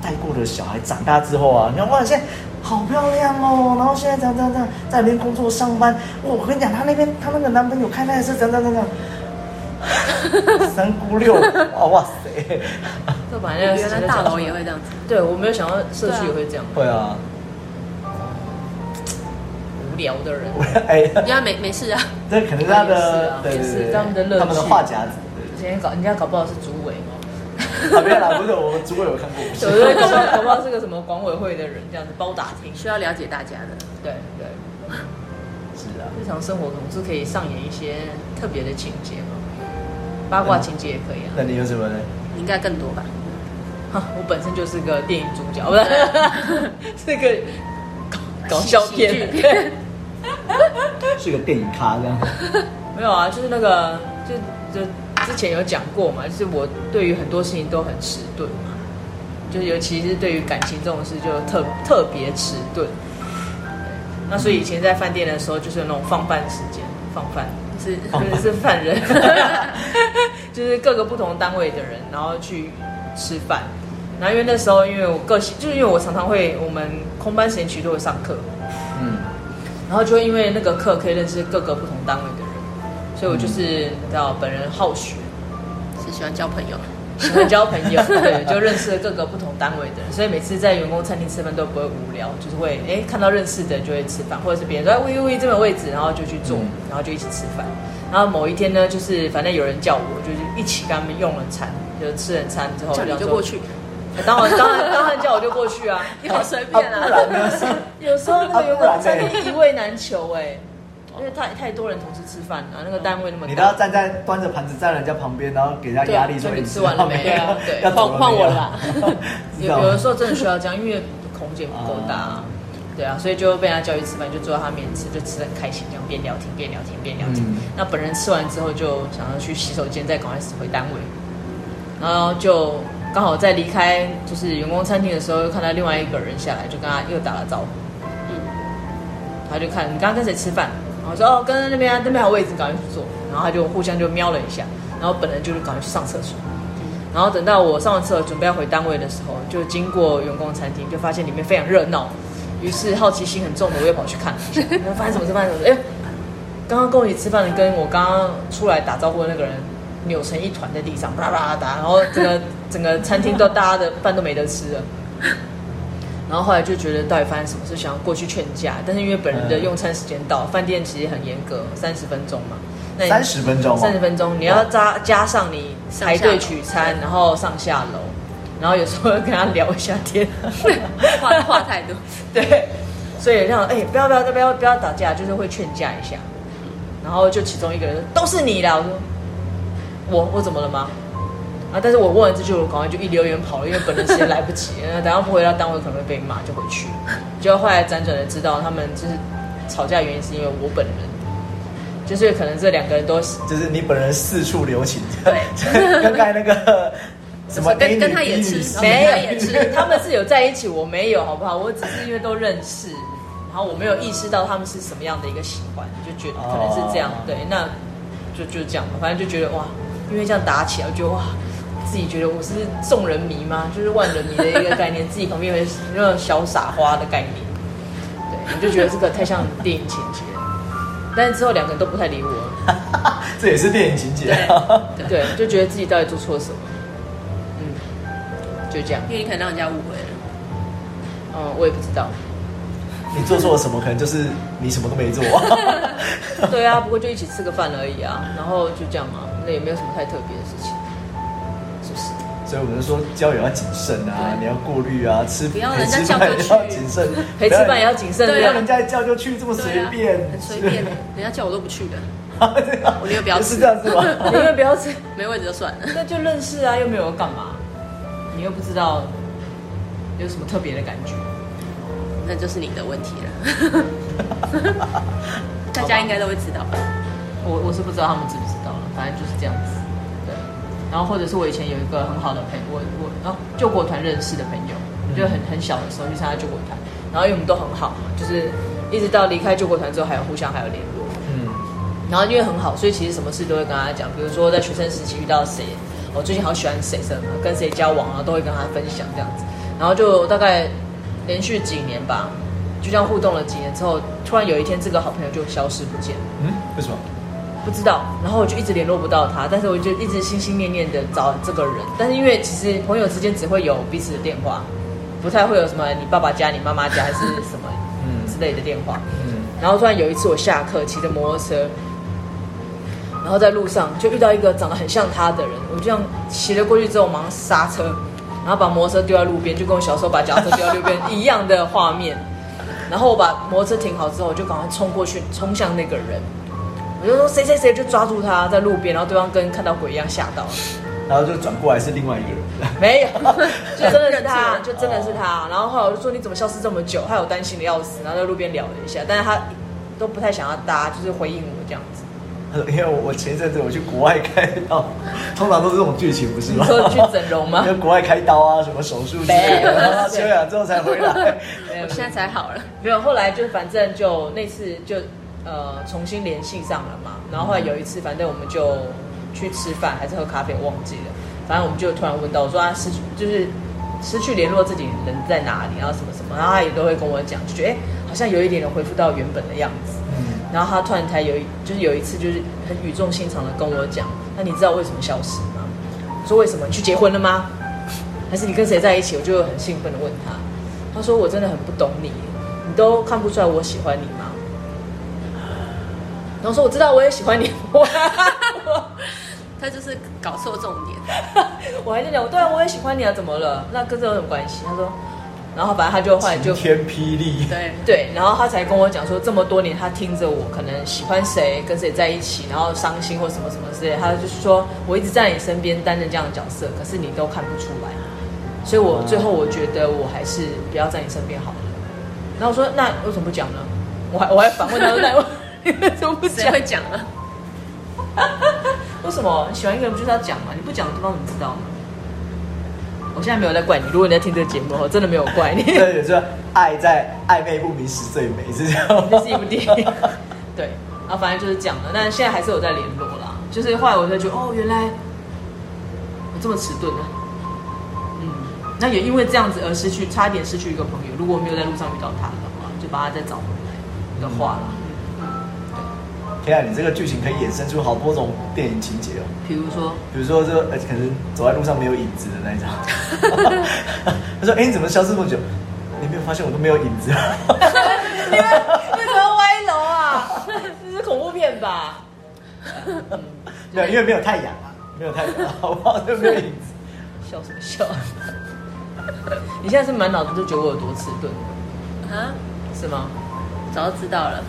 [SPEAKER 1] 带过的小孩，长大之后啊，你看哇，现在好漂亮哦，然后现在怎样怎样怎样，在那边工作上班。我我跟你讲，她那边她那个男朋友开那个车怎样怎样怎样， 三姑六婆，哇塞，
[SPEAKER 3] 这本来那个
[SPEAKER 2] 原来大楼也会这样子。
[SPEAKER 3] 对，我没有想到社区也会这样，
[SPEAKER 1] 会啊，
[SPEAKER 3] 无聊的人。
[SPEAKER 1] 哎呀，
[SPEAKER 2] 原来没没事啊，
[SPEAKER 1] 这可能是他的，
[SPEAKER 3] 啊也
[SPEAKER 1] 对对
[SPEAKER 3] 是啊就是
[SPEAKER 1] 对对，
[SPEAKER 3] 他们的乐
[SPEAKER 1] 他们的
[SPEAKER 3] 趣
[SPEAKER 1] 话匣子。
[SPEAKER 3] 今天搞人家搞不好是组委嘛，
[SPEAKER 1] 啊，没有啦，不是我们主管有看过，不是
[SPEAKER 3] 有的人搞不好搞不好是个什么管委会的人，这样子包打听。
[SPEAKER 2] 需要了解大家的。
[SPEAKER 3] 对对，
[SPEAKER 1] 是啊。
[SPEAKER 3] 日常生活总是可以上演一些特别的情节嘛，八卦情节也可以啊。
[SPEAKER 1] 那你有什么呢？
[SPEAKER 2] 你应该更多吧？
[SPEAKER 3] 哈 我本身就是个电影主角，不是 是个搞搞笑
[SPEAKER 2] 喜剧
[SPEAKER 3] 片。
[SPEAKER 2] 片
[SPEAKER 3] 对
[SPEAKER 1] 是个电影咖这样。
[SPEAKER 3] 没有啊，就是那个，就就之前有讲过嘛，就是我对于很多事情都很迟钝嘛，就是尤其是对于感情这种事就特特别迟钝。那所以以前在饭店的时候，就是有那种放饭时间，放饭
[SPEAKER 2] 是
[SPEAKER 1] 放
[SPEAKER 3] 就是犯人，就是各个不同单位的人，然后去吃饭。然后因为那时候，因为我个性，就是因为我常常会，我们空班时间其实都会上课，
[SPEAKER 1] 嗯，
[SPEAKER 3] 然后就因为那个课可以认识各个不同单位的人，所以我就是
[SPEAKER 2] 嗯
[SPEAKER 3] 你知道本人好学，
[SPEAKER 2] 是喜欢交朋友，
[SPEAKER 3] 喜欢交朋 友，对，就认识了各个不同单位的人，所以每次在员工餐厅吃饭都不会无聊，就是会哎看到认识的就会吃饭，或者是别人说哎喂喂喂这边有位置，然后就去坐
[SPEAKER 1] 嗯，
[SPEAKER 3] 然后就一起吃饭。然后某一天呢，哦就是反正有人叫我，就是一起跟他们用了餐，就是吃了餐之后，
[SPEAKER 2] 叫你
[SPEAKER 3] 然后
[SPEAKER 2] 就过去。
[SPEAKER 3] 当然当然当然叫我就过去啊。
[SPEAKER 2] 你好随便
[SPEAKER 1] 啊
[SPEAKER 2] 啊！
[SPEAKER 1] 不然呢
[SPEAKER 3] 有时候那个
[SPEAKER 1] 啊
[SPEAKER 3] 员工
[SPEAKER 1] 不然
[SPEAKER 3] 餐
[SPEAKER 1] 呢
[SPEAKER 3] 厅一味难求哎、因为太太多人同时吃饭啊了、那个单位那么
[SPEAKER 1] 你都要
[SPEAKER 3] 大，
[SPEAKER 1] 站在端着盘子站人家旁边，然后给人家压力，
[SPEAKER 2] 对
[SPEAKER 1] 说
[SPEAKER 2] 说
[SPEAKER 1] 你
[SPEAKER 2] 你吃完了没
[SPEAKER 1] 没有
[SPEAKER 2] 啊
[SPEAKER 3] 对
[SPEAKER 1] 要走了
[SPEAKER 2] 换
[SPEAKER 1] 没
[SPEAKER 2] 换
[SPEAKER 1] 有
[SPEAKER 2] 我啦
[SPEAKER 1] 知
[SPEAKER 3] 有
[SPEAKER 1] 道
[SPEAKER 3] 有的
[SPEAKER 1] 吗
[SPEAKER 3] 时候真的需要这样，因为空间不够大、
[SPEAKER 1] 啊
[SPEAKER 3] 啊，对啊，所以就被他叫去吃饭，就坐在他面前就吃的很开心，这样边聊天边聊天边聊天。
[SPEAKER 1] 嗯
[SPEAKER 3] 那本人吃完之后就想要去洗手间，再赶快回单位，然后就刚好在离开就是员工餐厅的时候，又看到另外一个人下来，就跟他又打了招呼。
[SPEAKER 2] 嗯，
[SPEAKER 3] 他就看你刚刚跟谁吃饭，然后说哦跟那边啊那边还有位置，赶快去坐。然后他就互相就瞄了一下，然后本人就是赶快去上厕所。然后等到我上完厕所准备要回单位的时候，就经过员工餐厅，就发现里面非常热闹，于是好奇心很重的我又跑去 看，然后发现什么事？发现什么事？哎，刚刚跟我一起吃饭的跟我刚刚出来打招呼的那个人扭成一团在地上，啪啪啪打，然后整个 整个餐厅都大家的饭都没得吃了。然后后来就觉得到底发生什么事，想要过去劝架，但是因为本人的用餐时间到，饭店其实很严格，三十分钟嘛。那你
[SPEAKER 1] 三十分钟哦，
[SPEAKER 3] 三十分钟，你要加加上你排队取餐，然后上下楼，然后有时候跟他聊一下天，
[SPEAKER 2] 话话太多，
[SPEAKER 3] 对，所以那种哎、不要不要不要不要打架，就是会劝架一下，然后就其中一个人说都是你啦，啊我说我我怎么了吗？啊！但是我问完这句，我赶快就一溜烟跑了，因为本人时间来不及，呃 等下不回到单位可能会被骂，就回去了。结果后来辗转的知道，他们就是吵架的原因是因为我本人，就是可能这两个人都是
[SPEAKER 1] 就是你本人四处留情，
[SPEAKER 2] 对，
[SPEAKER 1] 跟刚才那个 什么
[SPEAKER 2] 跟
[SPEAKER 1] A 女嗯
[SPEAKER 2] 跟他也
[SPEAKER 1] B
[SPEAKER 2] 吃
[SPEAKER 1] 女
[SPEAKER 2] 然后
[SPEAKER 3] 没
[SPEAKER 2] 他也
[SPEAKER 3] 有，
[SPEAKER 2] 是
[SPEAKER 3] 他们是有在一起，我没有，好不好？我只是因为都认识，然后我没有意识到他们是什么样的一个喜欢，就觉得可能是这样，
[SPEAKER 1] 哦
[SPEAKER 3] 对，那就就这样吧，反正就觉得哇，因为这样打起来，我觉得哇。自己觉得我是众人迷吗？就是万人迷的一个概念，自己旁边有那种小傻花的概念，对，我就觉得这个太像电影情节了。但是之后两个人都不太理我了，
[SPEAKER 1] 这也是电影情节。
[SPEAKER 2] 对
[SPEAKER 3] 对，就觉得自己到底做错了什么，嗯，就这样，
[SPEAKER 2] 因为你可能让人家误会了，
[SPEAKER 3] 嗯，我也不知道。
[SPEAKER 1] 你做错了什么？可能就是你什么都没做。
[SPEAKER 3] 对啊，不过就一起吃个饭而已啊，然后就这样啊，那也没有什么太特别的事情，是不是？
[SPEAKER 1] 所以我们就说交友要谨慎啊，
[SPEAKER 2] 对
[SPEAKER 1] 你要过滤啊，吃
[SPEAKER 2] 不要
[SPEAKER 1] 陪
[SPEAKER 2] 人家
[SPEAKER 1] 吃
[SPEAKER 2] 叫
[SPEAKER 1] 饭
[SPEAKER 2] 就
[SPEAKER 1] 也
[SPEAKER 2] 去
[SPEAKER 1] 要谨 慎，
[SPEAKER 3] 陪吃饭也要谨慎，
[SPEAKER 1] 不
[SPEAKER 2] 对
[SPEAKER 1] 要
[SPEAKER 2] 啊
[SPEAKER 1] 人家一叫就去，这么随便
[SPEAKER 2] 对啊，很随便，人家叫我都不去的， 我宁愿不要吃
[SPEAKER 1] 是这样子吗？
[SPEAKER 3] 你们不要吃，
[SPEAKER 2] 没位置就算了。
[SPEAKER 3] 啊那就认识啊，又没有干嘛，你又不知道有什么特别的感觉。
[SPEAKER 2] 那就是你的问题 了。大家应该都会知道吧？
[SPEAKER 3] 我我是不知道他们知不知道了，反正就是这样子。对，然后或者是我以前有一个很好的朋友，我我哦救国团认识的朋友，就很很小的时候去参加救国团，然后因为我们都很好嘛，就是一直到离开救国团之后，还有互相还有联络。
[SPEAKER 1] 嗯，
[SPEAKER 3] 然后因为很好，所以其实什么事都会跟他讲。比如说在学生时期遇到谁，我最近好喜欢谁什么，跟谁交往啊，都会跟他分享这样子。然后就大概连续几年吧，就这样互动了几年之后，突然有一天这个好朋友就消失不见了，
[SPEAKER 1] 嗯，为什么？
[SPEAKER 3] 不知道。然后我就一直联络不到他，但是我就一直心心念念的找这个人。但是因为其实朋友之间只会有彼此的电话，不太会有什么你爸爸家、你妈妈家还是什么
[SPEAKER 1] 嗯
[SPEAKER 3] 之类的电话。
[SPEAKER 1] 嗯，
[SPEAKER 3] 然后突然有一次我下课骑着摩托车，然后在路上就遇到一个长得很像他的人，我就这样骑了过去之后，马上刹车，然后把摩托车丢在路边，就跟我小时候把脚踏车丢在路边一样的画面。 然后我把摩托车停好之后，我就赶快冲过去，冲向那个人。我就说谁谁谁，就抓住他在路边，然后对方跟看到鬼一样吓到了。
[SPEAKER 1] 然后就转过来是另外一个人，
[SPEAKER 3] 没有，就真的是他，就真的是他。然后后来我就说你怎么消失这么久？害我担心的要死。然后在路边聊了一下，但是他都不太想要搭，就是回应我这样子。
[SPEAKER 1] 因为我前一阵子我去国外开刀，通常都是这种剧情，不是
[SPEAKER 3] 你
[SPEAKER 1] 吗？
[SPEAKER 3] 说去整 容吗
[SPEAKER 1] 要国外开刀啊，什么手术之类的，
[SPEAKER 3] 没有
[SPEAKER 1] 然后休养之后才回 来。
[SPEAKER 2] 我现在才好了，
[SPEAKER 3] 没有，后来就反正就那次就呃重新联系上了嘛。然后后来有一次，反正我们就去吃饭还是喝咖啡，我忘记了。反正我们就突然问到，我说他失去就是失去联络自己人在哪里，然后什么什么，然后他也都会跟我讲，就觉得哎、好像有一点点恢复到原本的样子。
[SPEAKER 1] 嗯，
[SPEAKER 3] 然后他突然才有一，就是有一次就是很语重心长的跟我讲，那你知道为什么消失吗？我说为什么？你去结婚了吗？还是你跟谁在一起？我就很兴奋的问他，他说我真的很不懂你，你都看不出来我喜欢你吗？然后说我知道我也喜欢你，我
[SPEAKER 2] 他就是搞错重点。
[SPEAKER 3] 我还在讲，对啊，我也喜欢你啊，怎么了？那跟这有什么关系？他说，然后反正他就后来
[SPEAKER 1] 晴
[SPEAKER 3] 就
[SPEAKER 1] 天霹雳，
[SPEAKER 2] 对，
[SPEAKER 3] 对，然后他才跟我讲说，这么多年他听着我可能喜欢谁，跟谁在一起，然后伤心或什么什么之类的，他就是说我一直在你身边担任这样的角色，可是你都看不出来，所以我最后我觉得我还是不要在你身边好了。然后我说那为什么不讲呢？我还我还反问他说那你为什么不
[SPEAKER 2] 谁
[SPEAKER 3] 讲
[SPEAKER 2] 会？讲啊？
[SPEAKER 3] 为什么喜欢一个人不就是要讲嘛？你不讲对方怎么知道呢？我现在没有在怪你，如果你在听这个节目，我真的没有怪你。
[SPEAKER 1] 对，也就是爱在暧昧不明时最美，是这 样
[SPEAKER 3] 这
[SPEAKER 1] 吗
[SPEAKER 3] 是一部电影。对，然后反正就是讲了，但现在还是有在联络啦。就是后来我才觉得，哦，原来我这么迟钝啊。嗯，那也因为这样子而失去，差点失去一个朋友。如果我没有在路上遇到他的话，就把他再找回来的话啦。
[SPEAKER 2] 嗯
[SPEAKER 1] 天啊，你这个剧情可以衍生出好多种电影情节哦。
[SPEAKER 3] 比如说，
[SPEAKER 1] 比如说这个，呃，可能走在路上没有影子的 那一种。他说：“哎、你怎么消失这么久？你没有发现我都没有影子吗？”
[SPEAKER 3] 为什么歪楼啊？ 这是恐怖片吧？
[SPEAKER 1] 没有，因为没有太阳啊，没有太阳，好不好？就没有影子。
[SPEAKER 3] 笑什么笑？ 你现在是满脑子就觉得我有多迟钝，
[SPEAKER 2] 啊，
[SPEAKER 3] 是吗？
[SPEAKER 2] 早就知道了，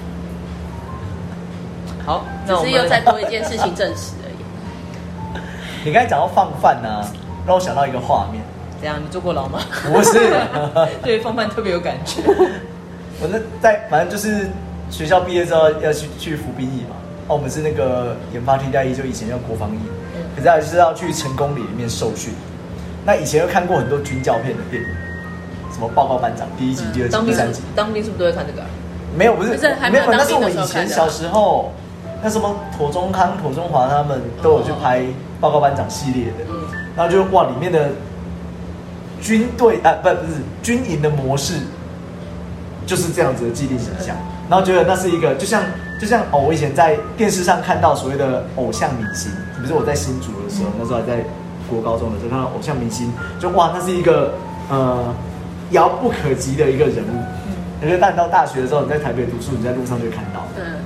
[SPEAKER 3] 好，
[SPEAKER 2] 只
[SPEAKER 3] 那我
[SPEAKER 2] 是
[SPEAKER 3] 们
[SPEAKER 2] 又再多一件事情证实而已。
[SPEAKER 1] 你刚才讲到放饭呢、啊，让我想到一个画面，
[SPEAKER 3] 怎样？你坐过 牢吗？
[SPEAKER 1] 不是，
[SPEAKER 3] 对放饭特别有感觉。
[SPEAKER 1] 我那在反正就是学校毕业之后要去去服兵役嘛，哦，我们是那个研发替代役，就以前叫国防役，
[SPEAKER 3] 嗯
[SPEAKER 1] 可是还是要去成功里面受训。那以前又看过很多军教片的电影，什么报告班长第一集、第二
[SPEAKER 3] 嗯 当
[SPEAKER 1] 集、第
[SPEAKER 3] 兵是
[SPEAKER 1] 三
[SPEAKER 3] 不
[SPEAKER 1] 集，
[SPEAKER 3] 当兵是不是都会看这个啊？
[SPEAKER 1] 没有，不是，
[SPEAKER 2] 不是还
[SPEAKER 1] 没
[SPEAKER 2] 没有
[SPEAKER 1] 有，那
[SPEAKER 2] 当
[SPEAKER 1] 是
[SPEAKER 2] 兵
[SPEAKER 1] 我
[SPEAKER 2] 的
[SPEAKER 1] 以
[SPEAKER 2] 时候
[SPEAKER 1] 前
[SPEAKER 2] 看的
[SPEAKER 1] 小时候，那什么妥中康、妥中华他们都有去拍《报告班长》系列的，
[SPEAKER 3] 嗯
[SPEAKER 1] 然后就哇，里面的军队啊，不不是军营的模式，就是这样子的既定形象，然后觉得那是一个就像就像哦，我以前在电视上看到所谓的偶像明星，比如说我在新竹的时候，那时候还在国高中的时候看到偶像明星，就哇，那是一个呃遥不可及的一个人物。可是，但你到大学的时候，你在台北读书，你在路上就会看到，
[SPEAKER 2] 嗯，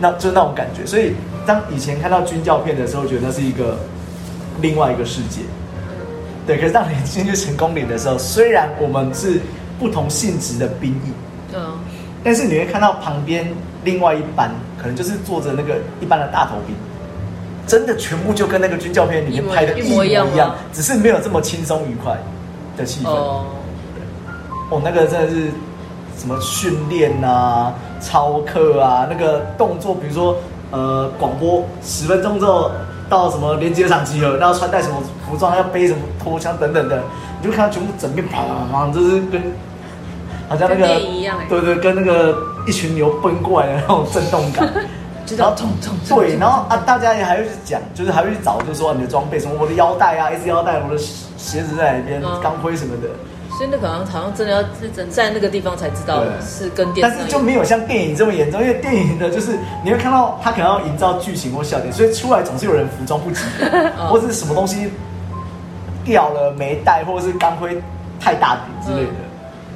[SPEAKER 1] 那就是那种感觉。所以，当以前看到军教片的时候，觉得那是一个另外一个世界。对，可是当你进去成功岭的时候，虽然我们是不同性质的兵役，
[SPEAKER 3] 嗯，
[SPEAKER 1] 但是你会看到旁边另外一班，可能就是坐着那个一般的大头兵，真的全部就跟那个军教片里面拍的
[SPEAKER 3] 一
[SPEAKER 1] 一
[SPEAKER 3] 模
[SPEAKER 1] 模
[SPEAKER 3] 一
[SPEAKER 1] 一
[SPEAKER 3] 样
[SPEAKER 1] 样，
[SPEAKER 3] 吗
[SPEAKER 1] 只是没有这么轻松愉快的气氛。哦
[SPEAKER 3] 哦，
[SPEAKER 1] 那个真的是什么训练啊、操课啊，那个动作，比如说呃广播十分钟之后到什么连接场集合，然后穿戴什么服装，要背什么拖枪等等的，你就看到全部整片啪啪啪，就是跟好像那个
[SPEAKER 2] 跟电影一样欸
[SPEAKER 1] 对对，跟那个一群牛奔过来的那种震动感。
[SPEAKER 3] 知道痛痛痛
[SPEAKER 1] 对，然后啊，大家也还会去讲，就是还会去找，就是说、啊你的装备什么，我的腰带啊，一只腰带，我的鞋子在哪边
[SPEAKER 3] 嗯，
[SPEAKER 1] 钢盔什么的。
[SPEAKER 3] 所以那个好像好像真的要
[SPEAKER 2] 是真的
[SPEAKER 3] 在那个地方才知道
[SPEAKER 1] 对
[SPEAKER 3] 是跟电
[SPEAKER 1] 但
[SPEAKER 3] 视
[SPEAKER 1] 是
[SPEAKER 3] 上
[SPEAKER 1] 就没有像电影这么严重，因为电影的就是你会看到他可能要营造剧情或笑点，所以出来总是有人服装不及格，
[SPEAKER 3] 嗯
[SPEAKER 1] 或者是什么东西掉了没带，或者是钢盔太大柄之类的。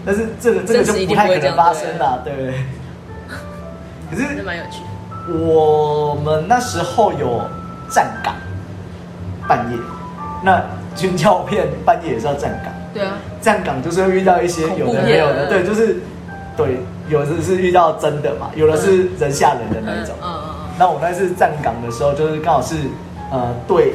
[SPEAKER 1] 但是这个这个
[SPEAKER 3] 真实
[SPEAKER 1] 就
[SPEAKER 3] 一定
[SPEAKER 1] 不
[SPEAKER 3] 不
[SPEAKER 1] 太
[SPEAKER 3] 会
[SPEAKER 1] 可
[SPEAKER 3] 嗯这样
[SPEAKER 1] 能发生啦，对不对？可是
[SPEAKER 2] 这蛮有趣的。
[SPEAKER 1] 我们那时候有站岗，半夜，那军教片半夜也是要站岗，
[SPEAKER 3] 对啊，
[SPEAKER 1] 站岗就是会遇到一些
[SPEAKER 3] 恐怖
[SPEAKER 1] 有的
[SPEAKER 3] 片
[SPEAKER 1] 没有的，
[SPEAKER 2] 嗯
[SPEAKER 1] 对，就是对，有的是遇到真的嘛，有的是人吓人的那一种
[SPEAKER 3] 嗯。嗯
[SPEAKER 1] 那我那次站岗的时候，就是刚好是呃对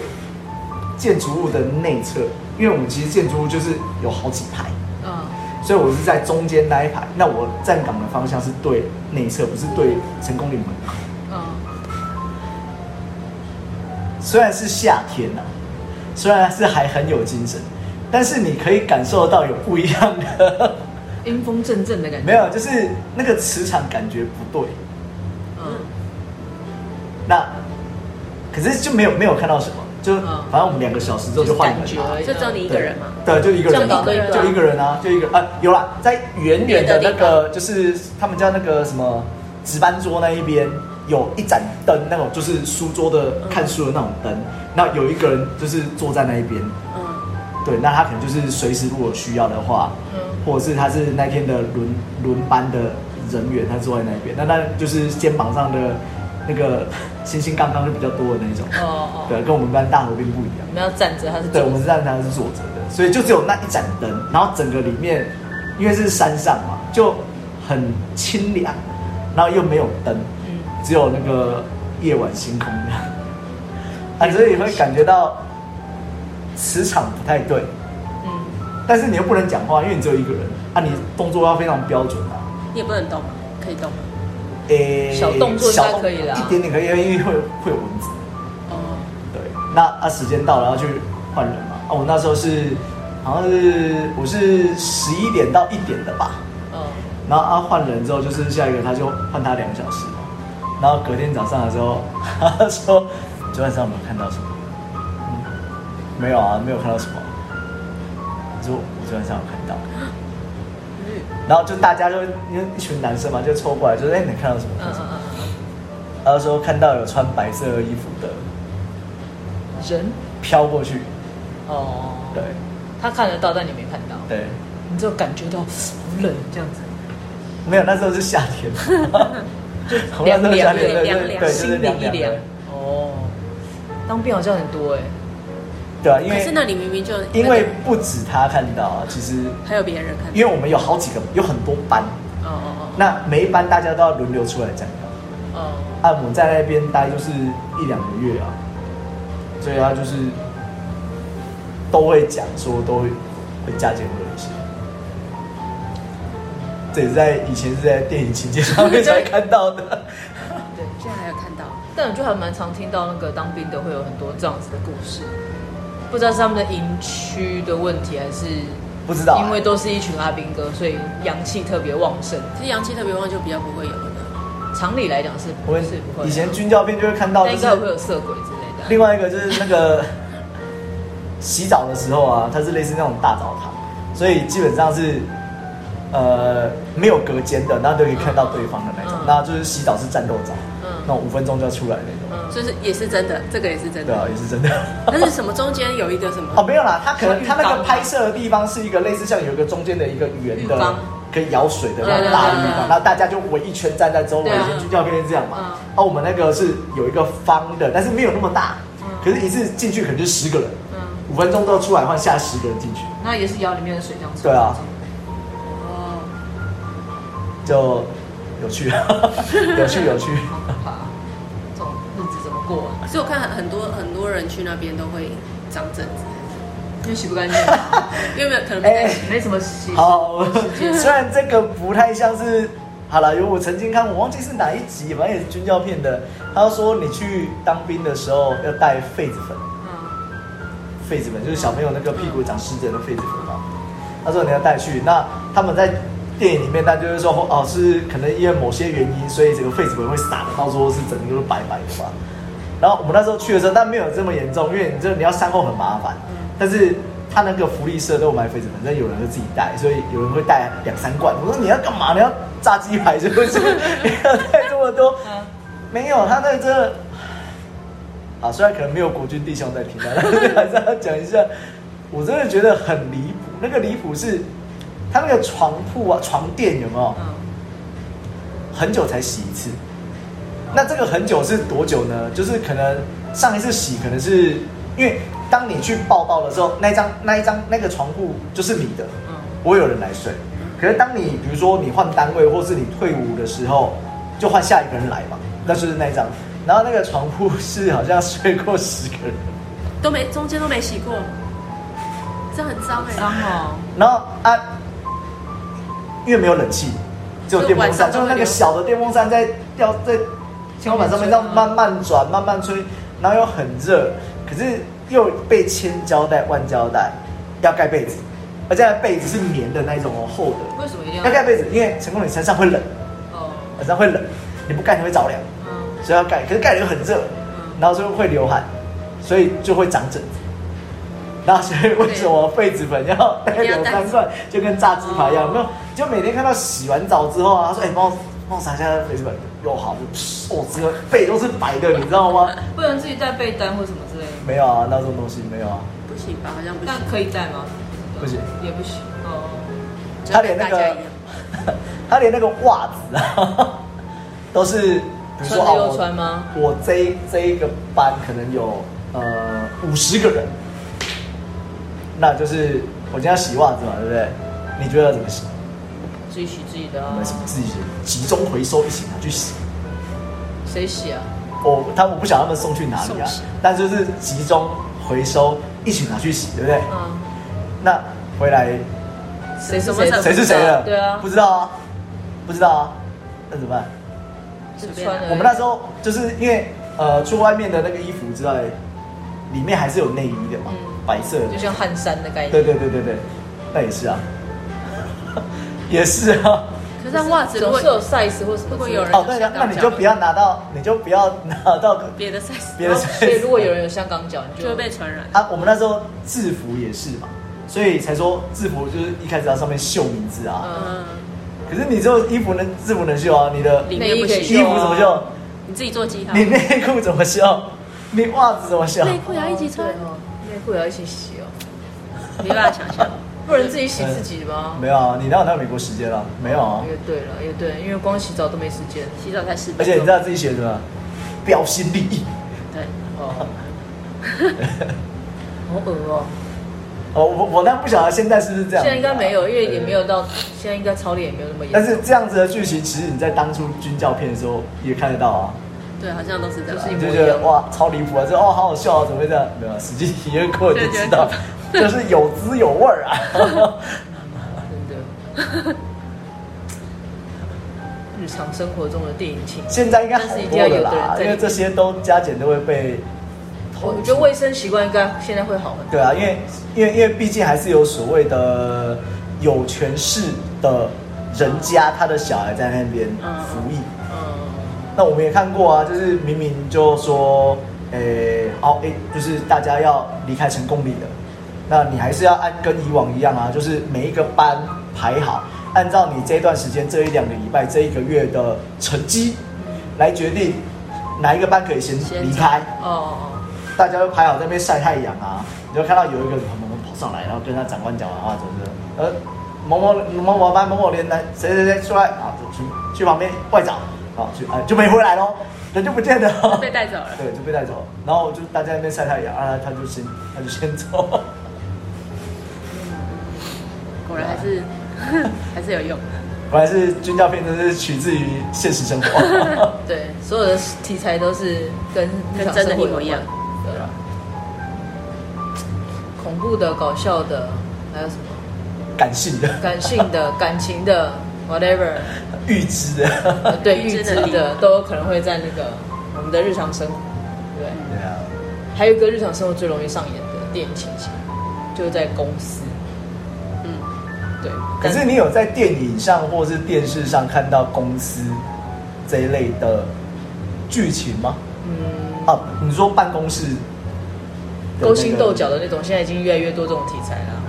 [SPEAKER 1] 建筑物的内侧，因为我们其实建筑物就是有好几排，
[SPEAKER 3] 嗯嗯，
[SPEAKER 1] 所以我是在中间那一排。那我站岗的方向是对内侧，不是对成功岭门口。
[SPEAKER 3] 嗯，
[SPEAKER 1] 虽然是夏天呐、虽然是还很有精神，但是你可以感受到有不一样的，
[SPEAKER 3] 阴风阵阵的感觉。
[SPEAKER 1] 没有，就是那个磁场感觉不对。
[SPEAKER 3] 嗯，
[SPEAKER 1] 那可是就没有没有看到什么，就
[SPEAKER 3] 嗯
[SPEAKER 1] 反正我们两个小时之后就换人
[SPEAKER 3] 就是
[SPEAKER 1] 了
[SPEAKER 3] 感觉而已
[SPEAKER 2] 就只有你一个人嘛？
[SPEAKER 1] 对，就一个人、
[SPEAKER 3] 这样
[SPEAKER 1] 啊
[SPEAKER 3] 搞定，了
[SPEAKER 1] 就一个人啊，就一个啊，有啦，在远远的那个就是他们叫那个什么值班桌那一边有一盏灯，那种就是书桌的看书的那种灯，那有一个人就是坐在那一边，
[SPEAKER 2] 嗯，
[SPEAKER 1] 对，那他可能就是随时如果需要的话，
[SPEAKER 3] 嗯
[SPEAKER 1] 或者是他是那天的轮轮班的人员，他坐在那边，那那就是肩膀上的那个 星星杠杠就比较多的那一种，
[SPEAKER 3] 哦哦，
[SPEAKER 1] 对，跟我们班大合并不一样
[SPEAKER 3] 我。们要站着，他是
[SPEAKER 1] 对，
[SPEAKER 3] 坐
[SPEAKER 1] 我们
[SPEAKER 3] 着，
[SPEAKER 1] 站台是坐着的，所以就只有那一盏灯，然后整个里面因为是山上嘛，就很清凉，然后又没有灯，
[SPEAKER 3] 嗯，
[SPEAKER 1] 只有那个夜晚星空这样，啊，所以会感觉到磁场不太对，
[SPEAKER 3] 嗯，
[SPEAKER 1] 但是你又不能讲话，因为你只有一个人，啊，你动作要非常标准啊。
[SPEAKER 2] 嗯你也不能动嘛，可以动吗？
[SPEAKER 1] 诶、
[SPEAKER 3] 小动作应该
[SPEAKER 1] 小
[SPEAKER 3] 可以啦
[SPEAKER 1] 一点点可以，因为会会有蚊子。
[SPEAKER 2] 哦，
[SPEAKER 1] 对，那啊，时间到了要去换人嘛。啊，我那时候是好像是我是十一点到一点的吧，
[SPEAKER 3] 哦，
[SPEAKER 1] 然后啊换人之后就是下一个他就换他两个小时，然后隔天早上的时候 他说昨晚上有没有看到什么？嗯，没有啊，没有看到什么。我说我昨晚上有看到。
[SPEAKER 3] 嗯
[SPEAKER 1] 然后就大家就因为一群男生嘛，就凑过来就说：“哎、你看到什么？”
[SPEAKER 3] 嗯嗯嗯嗯
[SPEAKER 1] 他说看到有穿白色衣服的
[SPEAKER 3] 嗯，人，
[SPEAKER 1] 飘过去，
[SPEAKER 3] 哦，
[SPEAKER 1] 对，
[SPEAKER 3] 他看得到，但你没看到，
[SPEAKER 1] 对，
[SPEAKER 3] 你只有感觉到好冷这样子，
[SPEAKER 1] 没有，那时候是夏天，就
[SPEAKER 3] 凉
[SPEAKER 1] 那时候夏天，
[SPEAKER 3] 凉的
[SPEAKER 1] 对
[SPEAKER 2] 凉
[SPEAKER 1] 对对，
[SPEAKER 2] 凉
[SPEAKER 1] 就是
[SPEAKER 3] 心里
[SPEAKER 1] 凉
[SPEAKER 3] 一
[SPEAKER 1] 凉
[SPEAKER 3] 凉
[SPEAKER 1] 的，，
[SPEAKER 3] 哦，当兵好像很多哎，
[SPEAKER 1] 对啊，因
[SPEAKER 2] 嗯可是那
[SPEAKER 1] 为
[SPEAKER 2] 里明明就
[SPEAKER 1] 因为不止他看到啊，其实
[SPEAKER 2] 还有别人看到，
[SPEAKER 1] 因为我们有好几个，有很多班，
[SPEAKER 3] 哦哦
[SPEAKER 1] 那每一班大家都要轮流出来讲的，
[SPEAKER 3] 哦哦，
[SPEAKER 1] 按摩在那边待就是一两个月啊，所以他就是都会讲说都会会加减会有一些。这也是在以前是在电影情节上面才看到的，
[SPEAKER 3] 对，
[SPEAKER 2] 现在还有看到，
[SPEAKER 3] 但我就还蛮常听到那个当兵的会有很多这样子的故事，不知道是他们的营区的问题，还是
[SPEAKER 1] 不知道啊、
[SPEAKER 3] 因为都是一群阿兵哥，所以阳气特别旺盛。
[SPEAKER 2] 其实阳气特别旺就比较不会有的。
[SPEAKER 3] 常理来讲是
[SPEAKER 1] 我
[SPEAKER 3] 不
[SPEAKER 1] 们
[SPEAKER 3] 是不会的？
[SPEAKER 1] 以前军教片就会看到，就
[SPEAKER 3] 但应
[SPEAKER 1] 是
[SPEAKER 3] 该会有色鬼之类的。啊
[SPEAKER 1] 另外一个就是那个 洗澡的时候啊，它是类似那种大澡堂，所以基本上是呃没有隔间的，那都可以看到对方的那种
[SPEAKER 3] 嗯。
[SPEAKER 1] 那就是洗澡是战斗澡，
[SPEAKER 3] 嗯
[SPEAKER 1] 那种五分钟就要出来那种。
[SPEAKER 3] 嗯，
[SPEAKER 2] 就是也是真的，这个也是真
[SPEAKER 1] 对啊
[SPEAKER 2] 的。，
[SPEAKER 1] 也是真的。
[SPEAKER 2] 但是什么中间有一个什
[SPEAKER 1] 哦，
[SPEAKER 2] 么，
[SPEAKER 1] 没有啦，它可能它
[SPEAKER 3] 像浴缸
[SPEAKER 1] 那个拍摄的地方是一个类似像有一个中间的一个圆
[SPEAKER 3] 浴
[SPEAKER 1] 的
[SPEAKER 3] 缸。
[SPEAKER 1] 可以舀水的那
[SPEAKER 2] 对
[SPEAKER 1] 种
[SPEAKER 2] 对
[SPEAKER 1] 大
[SPEAKER 2] 对
[SPEAKER 1] 的浴
[SPEAKER 2] 对
[SPEAKER 1] 缸，
[SPEAKER 2] 对
[SPEAKER 1] 那大家就围一圈站在周围。
[SPEAKER 2] 对
[SPEAKER 1] 以
[SPEAKER 2] 啊
[SPEAKER 1] 前军教片是这样嘛
[SPEAKER 3] 嗯？
[SPEAKER 1] 哦，我们那个是有一个方的，但是没有那么大，可是一次进去可能就十个人。
[SPEAKER 3] 嗯，
[SPEAKER 1] 五分钟之后出来换下十个人进去，
[SPEAKER 3] 那也是舀里面的水这样冲
[SPEAKER 1] 对啊，
[SPEAKER 3] 哦，
[SPEAKER 1] 就有趣， 有趣有趣。
[SPEAKER 3] 好可怕啊，这种日子怎么过啊？
[SPEAKER 2] 所以我看很多很多人去那边都会长疹子，
[SPEAKER 3] 因为洗不干净，
[SPEAKER 2] 因为没有可能
[SPEAKER 1] 哎
[SPEAKER 2] 没在洗。
[SPEAKER 3] 没什么洗。
[SPEAKER 1] 好， 虽然这个不太像是，好了，因为我曾经看，我忘记是哪一集，反正也是军教片的，他说你去当兵的时候要带痱子粉，
[SPEAKER 3] 嗯，
[SPEAKER 1] 痱子粉就是小朋友那个屁股长湿疹的痱子粉嘛。他说你要带去，那他们在电影里面，他就是说哦，是可能因为某些原因，所以整个痱子粉会撒的，到时候是整个都是白白的嘛。然后我们那时候去的时候，但没有这么严重，因为你这你要善后很麻烦。但是他那个福利社都有买痱子粉，但有人就自己带，所以有人会带两三罐。我说你要干嘛？你要炸鸡排是不是？ 你要带这么多？没有，他那个真的。啊，虽然可能没有国军弟兄在听啊，但是还是要讲一下，我真的觉得很离谱。那个离谱是，他那个床铺啊、床垫有没有
[SPEAKER 3] 嗯，
[SPEAKER 1] 很久才洗一次？那这个很久是多久呢？就是可能上一次洗可能是因为当你去报道的时候，那一张那一张那个床铺就是你的，
[SPEAKER 3] 嗯，
[SPEAKER 1] 不会有人来睡。可是当你比如说你换单位或是你退伍的时候，就换下一个人来嘛，那就是那一张。然后那个床铺是好像睡过十个人，
[SPEAKER 2] 都没中间都没洗过，这样很脏哎、
[SPEAKER 3] 脏哦，
[SPEAKER 1] 然后啊，因为没有冷气，只有电风扇，
[SPEAKER 2] 就
[SPEAKER 1] 就是
[SPEAKER 2] 晚上都会
[SPEAKER 1] 那个
[SPEAKER 2] 流
[SPEAKER 1] 小的电风扇在吊在天花板上面这样慢慢转、慢慢吹，然后又很热，可是又被千胶带、万胶带要盖被子，而且那被子是棉的那一种哦，厚的。
[SPEAKER 3] 为什么一定
[SPEAKER 1] 要
[SPEAKER 3] 要？
[SPEAKER 1] 盖被子，因为成功你身上会冷，
[SPEAKER 3] 哦，
[SPEAKER 1] 晚上会冷，你不盖你会着凉，
[SPEAKER 3] 嗯
[SPEAKER 1] 所以要盖。可是盖了又很热，
[SPEAKER 3] 嗯，
[SPEAKER 1] 然后就会流汗，所以就会长疹子。然后所以为什么痱子粉要带
[SPEAKER 2] 一定
[SPEAKER 1] 两
[SPEAKER 2] 要带
[SPEAKER 1] 三罐，就跟炸鸡排一样，
[SPEAKER 3] 哦
[SPEAKER 1] 没有？就每天看到洗完澡之后啊，他说：“哎、帮我帮我撒一下痱子粉，又好，就哦，整个背都是白的，你知道吗？
[SPEAKER 3] 不能自己带被单或什么之类的，
[SPEAKER 1] 没有啊，那种东西没有啊，
[SPEAKER 2] 不行吧？好像不行
[SPEAKER 3] 但。可以带吗？
[SPEAKER 1] 不行，
[SPEAKER 3] 也不行。哦，
[SPEAKER 2] 就
[SPEAKER 1] 他连那
[SPEAKER 2] 跟大家
[SPEAKER 1] 个
[SPEAKER 2] 一样
[SPEAKER 1] 他连那个袜子啊，都是比如
[SPEAKER 3] 穿
[SPEAKER 1] 说
[SPEAKER 3] 得
[SPEAKER 1] 哦，
[SPEAKER 3] 又
[SPEAKER 1] 我
[SPEAKER 3] 穿吗
[SPEAKER 1] 我这一这一个班可能有呃五十个人，那就是我今天要洗袜子嘛，对不对？你觉得要怎么洗？
[SPEAKER 3] 自己洗自己的
[SPEAKER 1] 我
[SPEAKER 3] 啊
[SPEAKER 1] 们，是自己集中回收一起拿去洗。
[SPEAKER 3] 谁洗啊？
[SPEAKER 1] 我他我不想他们送去哪里
[SPEAKER 2] 送
[SPEAKER 1] 啊
[SPEAKER 2] 洗，
[SPEAKER 1] 但就是集中回收一起拿去洗，对不对？
[SPEAKER 3] 嗯，
[SPEAKER 1] 那回来
[SPEAKER 3] 谁是
[SPEAKER 2] 什么
[SPEAKER 3] 谁
[SPEAKER 2] 什？么
[SPEAKER 1] 谁是谁了？
[SPEAKER 3] 对啊
[SPEAKER 1] 不知道啊，不知道啊，那怎么办？
[SPEAKER 3] 就穿的。
[SPEAKER 1] 我们那时候就是因为呃，出外面的那个衣服之外，里面还是有内衣的嘛，
[SPEAKER 3] 嗯
[SPEAKER 1] 白色的
[SPEAKER 3] 就。像汗衫的概念。
[SPEAKER 1] 对对对对对，那也是啊， 也是啊。
[SPEAKER 2] 可是它袜子如
[SPEAKER 3] 总
[SPEAKER 2] 果
[SPEAKER 3] 是有 size 或什
[SPEAKER 2] 如
[SPEAKER 3] 么之类的。
[SPEAKER 2] 果有人
[SPEAKER 1] 哦，对了，
[SPEAKER 2] 香港
[SPEAKER 1] 那你就
[SPEAKER 2] 脚
[SPEAKER 1] 不要拿到，你就不要拿到
[SPEAKER 2] 别的 size
[SPEAKER 1] 别的 size。
[SPEAKER 3] 所以如果有人有香港脚，你
[SPEAKER 2] 就会被传染。
[SPEAKER 1] 啊，我们那时候制服也是嘛，所以才说制服就是一开始要上面绣名字啊。
[SPEAKER 3] 嗯，
[SPEAKER 2] 嗯，
[SPEAKER 1] 可是你只有衣服能制服能绣啊，你的
[SPEAKER 2] 里
[SPEAKER 1] 衣
[SPEAKER 2] 面不
[SPEAKER 3] 内衣可以哦
[SPEAKER 2] 行，
[SPEAKER 1] 服怎么绣？
[SPEAKER 2] 你自己做记号。
[SPEAKER 1] 你内裤怎么绣？你袜子怎么绣？
[SPEAKER 2] 内裤也要一起穿
[SPEAKER 3] 对，哦，内裤也要一起洗哦，
[SPEAKER 2] 没办法想象。
[SPEAKER 3] 不能自己洗自己的吗？
[SPEAKER 1] 嗯没有啊，你哪有到美国时间了？没有啊。
[SPEAKER 3] 哦也对了，也对，因为光洗澡都没时间。
[SPEAKER 2] 洗澡才十
[SPEAKER 1] 而
[SPEAKER 2] 分
[SPEAKER 1] 且你
[SPEAKER 2] 钟
[SPEAKER 1] 知，道自己写什么？标新立异。
[SPEAKER 2] 对，
[SPEAKER 3] 哦，好恶哦。
[SPEAKER 1] 哦，我我那不晓得现在是不是这样。
[SPEAKER 3] 现在应该没有，因为也没有
[SPEAKER 1] 对。
[SPEAKER 3] 到，现在应该操练也没有那么严。
[SPEAKER 1] 但是这样子的剧情，其实你在当初军教片的时候也看得到啊，
[SPEAKER 2] 对，好像都是这
[SPEAKER 3] 就是一
[SPEAKER 1] 你
[SPEAKER 2] 样。
[SPEAKER 1] 就觉得哇超离谱啊，这哦好好笑啊，怎么会这样？没有，实际体验过你就知道，就是有滋有味 儿啊。
[SPEAKER 3] 真的。 日常生活中的电影情节，
[SPEAKER 1] 现在应该好多了啦
[SPEAKER 3] 但是一定要有的人，在
[SPEAKER 1] 因为这些都加减都会被投
[SPEAKER 3] 我
[SPEAKER 1] 诉。
[SPEAKER 3] 觉得卫生习惯应该现在会好很多。
[SPEAKER 1] 对啊，因为因为因为毕竟还是有所谓的有权势的人家，他的小孩在那边
[SPEAKER 3] 嗯
[SPEAKER 1] 服役。
[SPEAKER 3] 嗯，
[SPEAKER 1] 那我们也看过啊，就是明明就说，诶、哦，诶、就是大家要离开成功里了，那你还是要按跟以往一样啊，就是每一个班排好，按照你这段时间、这一两个礼拜、这一个月的成绩来决定哪一个班可以先
[SPEAKER 2] 先
[SPEAKER 1] 离开。
[SPEAKER 3] 哦哦
[SPEAKER 1] 大家都排好在那边晒太阳啊，你就看到有一个某某跑上来，然后跟他长官讲完话，怎么的，呃，某某某某班某某连男谁谁谁出来啊，就去去旁边外找，啊，去哎就没回来喽，人就不见了哦，
[SPEAKER 2] 被带走了，
[SPEAKER 1] 对，就被带走，然后就大家在那边晒太阳啊，他就先他就先走，
[SPEAKER 2] 果然还是 还是有用。
[SPEAKER 1] 本来是军教片，真是取自于现实生活，
[SPEAKER 3] 哦，对，所有的题材都是跟日常生活有
[SPEAKER 2] 跟真的一
[SPEAKER 3] 关
[SPEAKER 2] 模一样，
[SPEAKER 1] 对
[SPEAKER 3] 对
[SPEAKER 1] 啊
[SPEAKER 3] 啊，恐怖的、搞笑的，还有什么
[SPEAKER 1] 感性的、
[SPEAKER 3] 感性的、 感情的，whatever，
[SPEAKER 1] 预知的，
[SPEAKER 3] 呃对，
[SPEAKER 2] 预
[SPEAKER 3] 预
[SPEAKER 2] 知
[SPEAKER 3] 知
[SPEAKER 2] 能力
[SPEAKER 3] 的都有可能会在那个我们的日常生活，对。
[SPEAKER 1] 对啊，
[SPEAKER 3] 还有一个日常生活最容易上演的电影情节，就是在公司，
[SPEAKER 2] 嗯，
[SPEAKER 3] 对，
[SPEAKER 1] 可是
[SPEAKER 3] 但
[SPEAKER 1] 你有在电影上或是电视上看到公司这一类的剧情吗？
[SPEAKER 3] 嗯，
[SPEAKER 1] 啊，你说办公室
[SPEAKER 3] 勾心斗角的那种，现在已经越来越多这种题材了。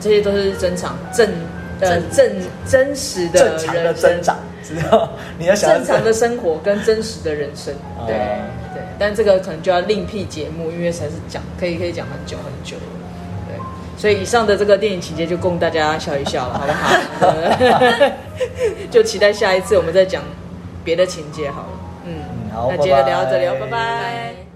[SPEAKER 3] 这些都是正常正呃
[SPEAKER 2] 正
[SPEAKER 3] 正真实的
[SPEAKER 1] 正常的
[SPEAKER 3] 人生
[SPEAKER 1] 增长，知道？你要想要
[SPEAKER 3] 正常的生活跟真实的人生，
[SPEAKER 1] 哦
[SPEAKER 3] 对对。但这个可能就要另辟节目，因为才是讲可以可以讲很久很久了对。所以以上的这个电影情节就供大家笑一笑了，好 不好？对就期待下一次我们再讲别的情节好了。嗯
[SPEAKER 1] 嗯好
[SPEAKER 3] 那今天
[SPEAKER 1] 拜
[SPEAKER 3] 就
[SPEAKER 1] 拜
[SPEAKER 3] 聊到这里哦，拜拜
[SPEAKER 2] 拜。